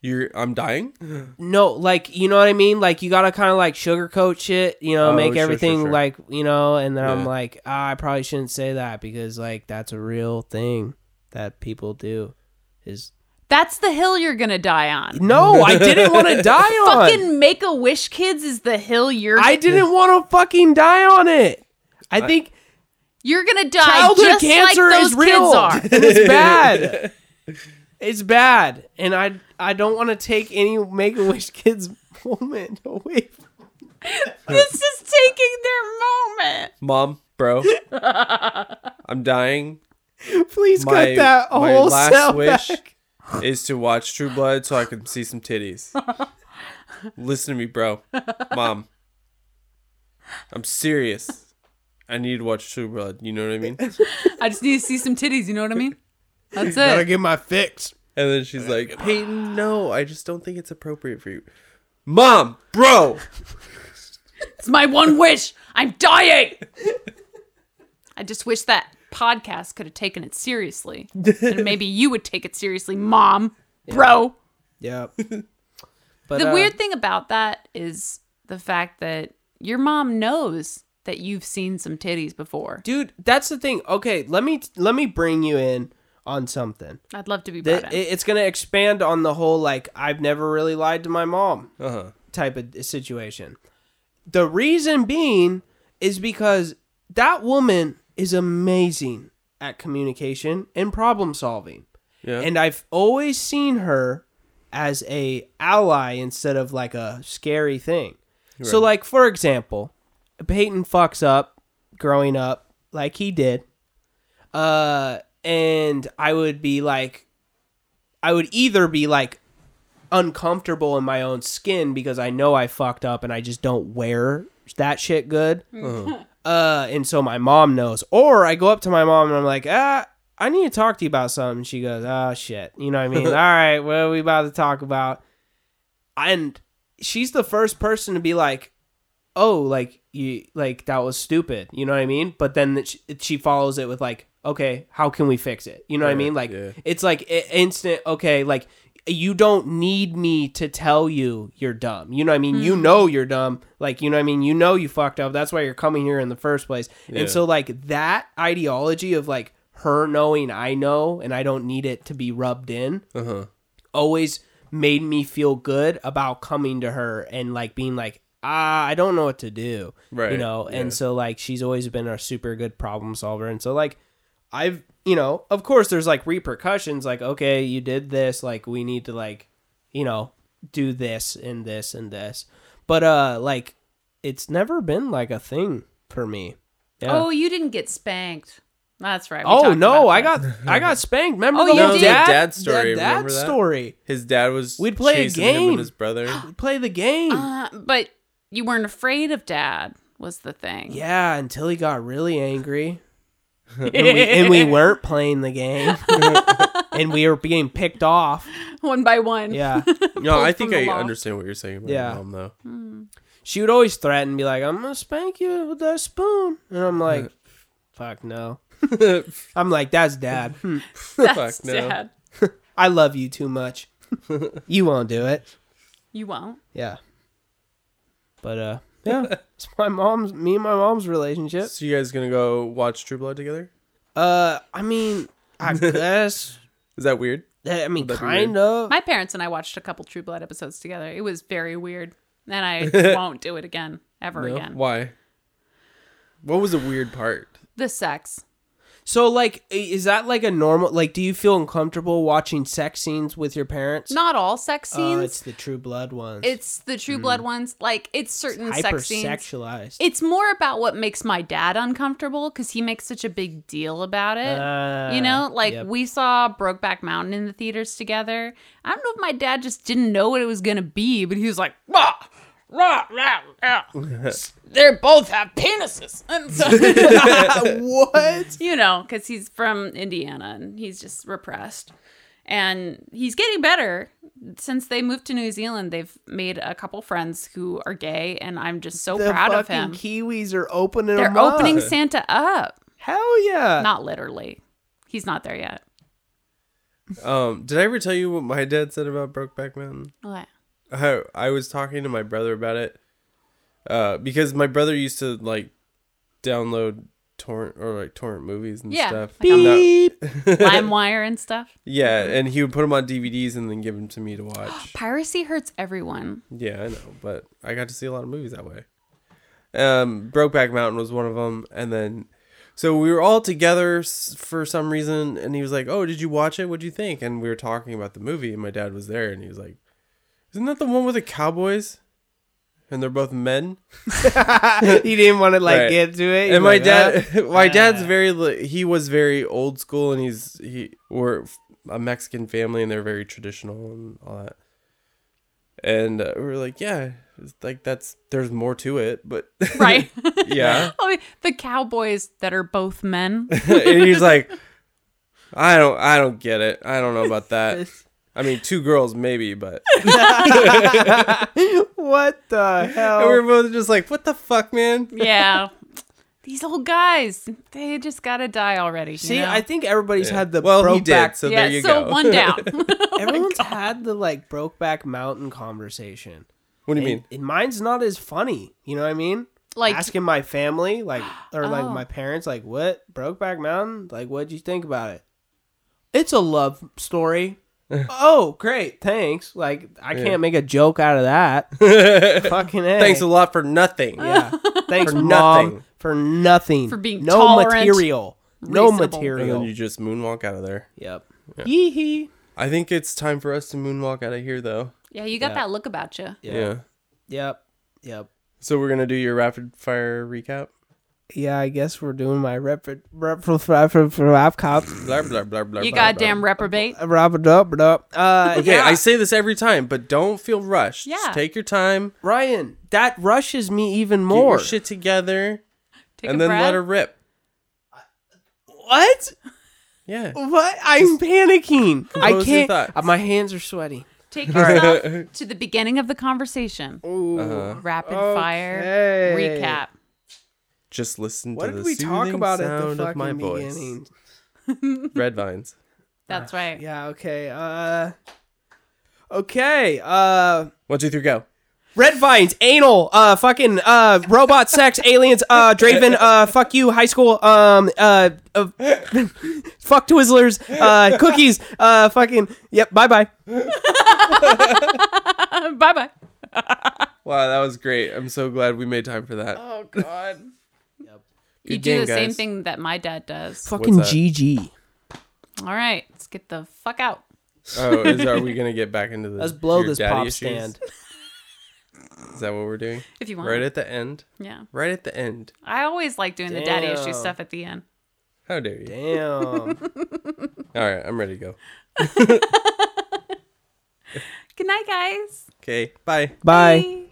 You're I'm dying?
No, like you know what I mean. Like you gotta kind of like sugarcoat shit, you know,
Oh,
make
sure, sure,
everything
sure.
like you know. And then I'm
Yeah.
like, ah, I probably shouldn't say that because like that's a real thing. that people do
<laughs>
is
That's the hill you're gonna die on.
no. I didn't want to die on.
Fucking Make a Wish kids is the hill you're
I didn't want to fucking die on it. I think
you're gonna die.
childhood
just
cancer
like those
is real.
Kids
<laughs>
are.
And it's
<laughs>
bad. it's bad, and I I don't want to take any Make a Wish kids <laughs> moment away. From
this is taking their moment.
Mom,
<laughs>
bro, I'm dying.
Please
My,
cut that
my
whole
last
cell
wish
back.
is to watch True Blood so I can see
<laughs>
some titties. Listen to me, bro. Mom, I'm serious. I need to watch True Blood. You know what I mean? And
I just need to see some titties. You know what I mean? That's
Gotta
it.
get my fix.
then she's like, Peyton, no, I just don't think it's appropriate for you. Mom, bro,
<laughs>
It's my one wish. I'm dying. <laughs> I just wish that podcast could have taken it seriously,
<laughs>
and maybe you would take it seriously, Mom, bro.
Yeah. <laughs> But
The
uh,
weird thing about that is the fact that your mom knows that you've seen some titties before.
dude, that's the thing. Okay, let me let me bring you in on something.
I'd love to be
Th-
brought in.
it- it's gonna expand on the whole like I've never really lied to my mom type of situation. The reason being is because that woman is amazing at communication and problem solving.
Yeah.
And I've always seen her as a ally instead of like a scary thing. So like for example, Peyton fucks up growing up like he did. Uh and I would be like I would either be like uncomfortable in my own skin because I know I fucked up and I just don't wear that shit good. Uh, and so my mom knows. Or I go up to my mom and I'm like, ah, I need to talk to you about something. She goes, oh, shit. You know what I mean? All right, what are we about to talk about? And she's the first person to be like, oh, like, you, like, that was stupid. You know what I mean? But then that she, she follows it with, like, okay, how can we fix it? You know what I mean? Like,
yeah.
it's like i- instant, okay, like, you don't need me to tell you you're dumb. You know what I mean? You know you're dumb. Like, you know what I mean? You know you fucked up. That's why you're coming here in the first place.
Yeah.
And so, like, that ideology of like her knowing I know and I don't need it to be rubbed in
uh huh.
always made me feel good about coming to her and like being like, ah, I don't know what to do. You
Right,
know?
yeah.
And so, like, she's always been a super good problem solver. And so, like, I've, you know, of course, there's like repercussions. Like, okay, you did this. Like, we need to, like, you know, do this and this and this. But, uh, like, it's never been like a thing for me. Yeah.
Oh, you didn't get spanked. That's right. we
uh, Oh
talked about
no, I
that.
got I got spanked. Remember
Oh,
the
you
little
did?
dad,
The dad story,
The dad
remember that?
story.
His dad was
We'd play a
chasing him
game.
and
<gasps>
his brother.
We play the game.
Uh, but you weren't afraid of dad was the thing.
yeah, until he got really angry, and we, and
<laughs>
we weren't playing the game, and we were being picked off.
<laughs> One by one.
Yeah,
<gasps> No, I think
from
I
the law.
understand what you're saying about
Yeah.
your mom though.
she would always threaten, be like, "I'm gonna spank you with that spoon," and I'm like, "Fuck
<laughs>
no." I'm like, "That's dad. Hmm.
That's
Fuck, no.
dad.
I love you too much. you won't do it."
You won't.
Yeah. But uh yeah,
<laughs>
it's my mom's me and my mom's relationship.
So you guys gonna go watch True Blood together?
Uh I mean,
<laughs>
I guess
Is that weird?
I mean
Would that be
kind of.
My parents and I watched a couple True Blood episodes together. It was very weird, and
<laughs>
I won't do it again ever
No?
again.
Why? What was the weird part?
The sex.
So like i- is that like a normal like do you feel uncomfortable watching sex scenes with your parents?
Not all sex
Oh,
scenes.
it's Hmm.
it's,
the true blood ones.
the True Blood ones. Like it's certain sex scenes.
hypersexualized.
It's more about what makes my dad uncomfortable because he makes such a big deal about it. you know, like
yep.
we saw Brokeback Mountain in the theaters together. I don't know if my dad just didn't know what it was going to be, but he was like, rah, rah, rah, rah. they both have penises. And so,
what?
you know, because he's from Indiana and he's just repressed. And he's getting better. Since they moved to New Zealand, they've made a couple friends who are gay, and I'm just so
The
proud of
fucking
him.
Kiwis are opening
They're
them up.
opening Santa up.
<laughs> Hell yeah.
Not literally. He's not there yet.
Um, did I ever tell you what my dad said about Brokeback Mountain?
What?
I, I was talking to my brother about it. Uh, because my brother used to like download torrent or like torrent movies and
Yeah,
stuff.
like on
I'm not-
<laughs>
LimeWire and stuff.
yeah, and he would put them on DVDs and then give them to me
<gasps>
to watch.
Piracy hurts everyone.
yeah, I know, but I got to see a lot of movies that way. Um, Brokeback Mountain was one of them, and then so we were all together s- for some reason, and he was like, "Oh, did you watch it? What'd you think?" And we were talking about the movie, and my dad was there, and he was like, "Isn't that the one with the cowboys?" And they're both men.
he didn't want to like
Right.
get to it. <laughs> He
and my
was like, "Ah."
dad <laughs> my dad's
Ah.
very li- he was very old school and he's he we're f- a mexican family and they're very traditional and all that and uh, we were like yeah it's like that's there's more to it but
<laughs>
<laughs>
Right.
yeah
<laughs> oh, the cowboys that are both men.
and he's like i don't i don't get it i don't know about that i mean two girls maybe but <laughs>
what the hell?
and we were both just like what the fuck man
<laughs> yeah. These old guys, they just gotta die already. you
See,
know?
I think everybody's had the
well he
brokeback-
<laughs>
did so
yeah,
there you
so
go
one down.
Everyone's had the like Brokeback Mountain conversation.
<laughs> what do
<laughs>
you
And,
mean
and mine's not as funny. You know what I mean?
like
asking my
<gasps>
family, like or like
Oh.
my parents, like what Brokeback Mountain? Like, what'd you think about it? It's a love story.
<laughs>
oh, great, thanks. Like, I
Yeah.
can't make a joke out of that.
<laughs>
Fucking A.
thanks a lot for nothing
Yeah. <laughs> Thanks,
For
mom,
nothing.
for nothing.
For being
no
tolerant,
material. No
reasonable.
and then
material.
you just moonwalk out of there
Yep. Yee hee.
I think it's time for us to moonwalk out of here, though.
yeah, you got
Yeah.
that look about you.
Yeah.
Yeah.
Yep. Yep.
So we're gonna do your rapid fire recap.
Yeah, I guess we're doing my rep rep rep rep cop.
Blah blah blah blah.
You
blah,
goddamn
blah.
reprobate.
Wrap it up, it up. Uh,
Okay,
yeah.
I say this every time, but don't feel rushed.
Yeah.
Just take your time.
Ryan, that rushes me even
Get
more.
your shit together,
Take
and
a
then
breath.
let her rip.
What?
Yeah.
Oh.
What? I'm panicking. I
your
can't.
thoughts.
uh, my hands are sweaty.
Take
<laughs>
yourself to the beginning of the conversation.
Oh,
Ooh.
Uh-huh.
Rapid fire
Okay.
recap.
Just listen
What
to the
did we talk
soothing
about at the
sound of
fucking
my voice.
beginning?
<laughs> Red vines.
That's right.
Yeah. Okay. Uh. Okay. Uh.
One, two, three, go.
Red vines, anal, uh, fucking, uh, <laughs> robot sex, aliens, uh, Draven, uh, fuck you, high school, um, uh, uh <laughs> fuck Twizzlers, uh, cookies, uh, fucking, yep, bye bye.
bye bye.
Wow, that was great. I'm so glad we made time for that.
Oh God. You
Good
do
game,
the same
guys.
thing that my dad does.
Fucking
that?
GG.
All right, let's get the fuck out.
Oh, is, are we gonna get back <laughs> into this?
Let's blow
your
this
daddy
pop
issues?
stand.
Is that what we're doing?
If you want.
Right at the end.
Yeah,
Right at the end.
I always like doing the daddy issue
Damn.
stuff at the end.
How dare you?
Damn.
All right, I'm ready to go.
Good night, guys.
Okay, bye.
Bye.
Bye.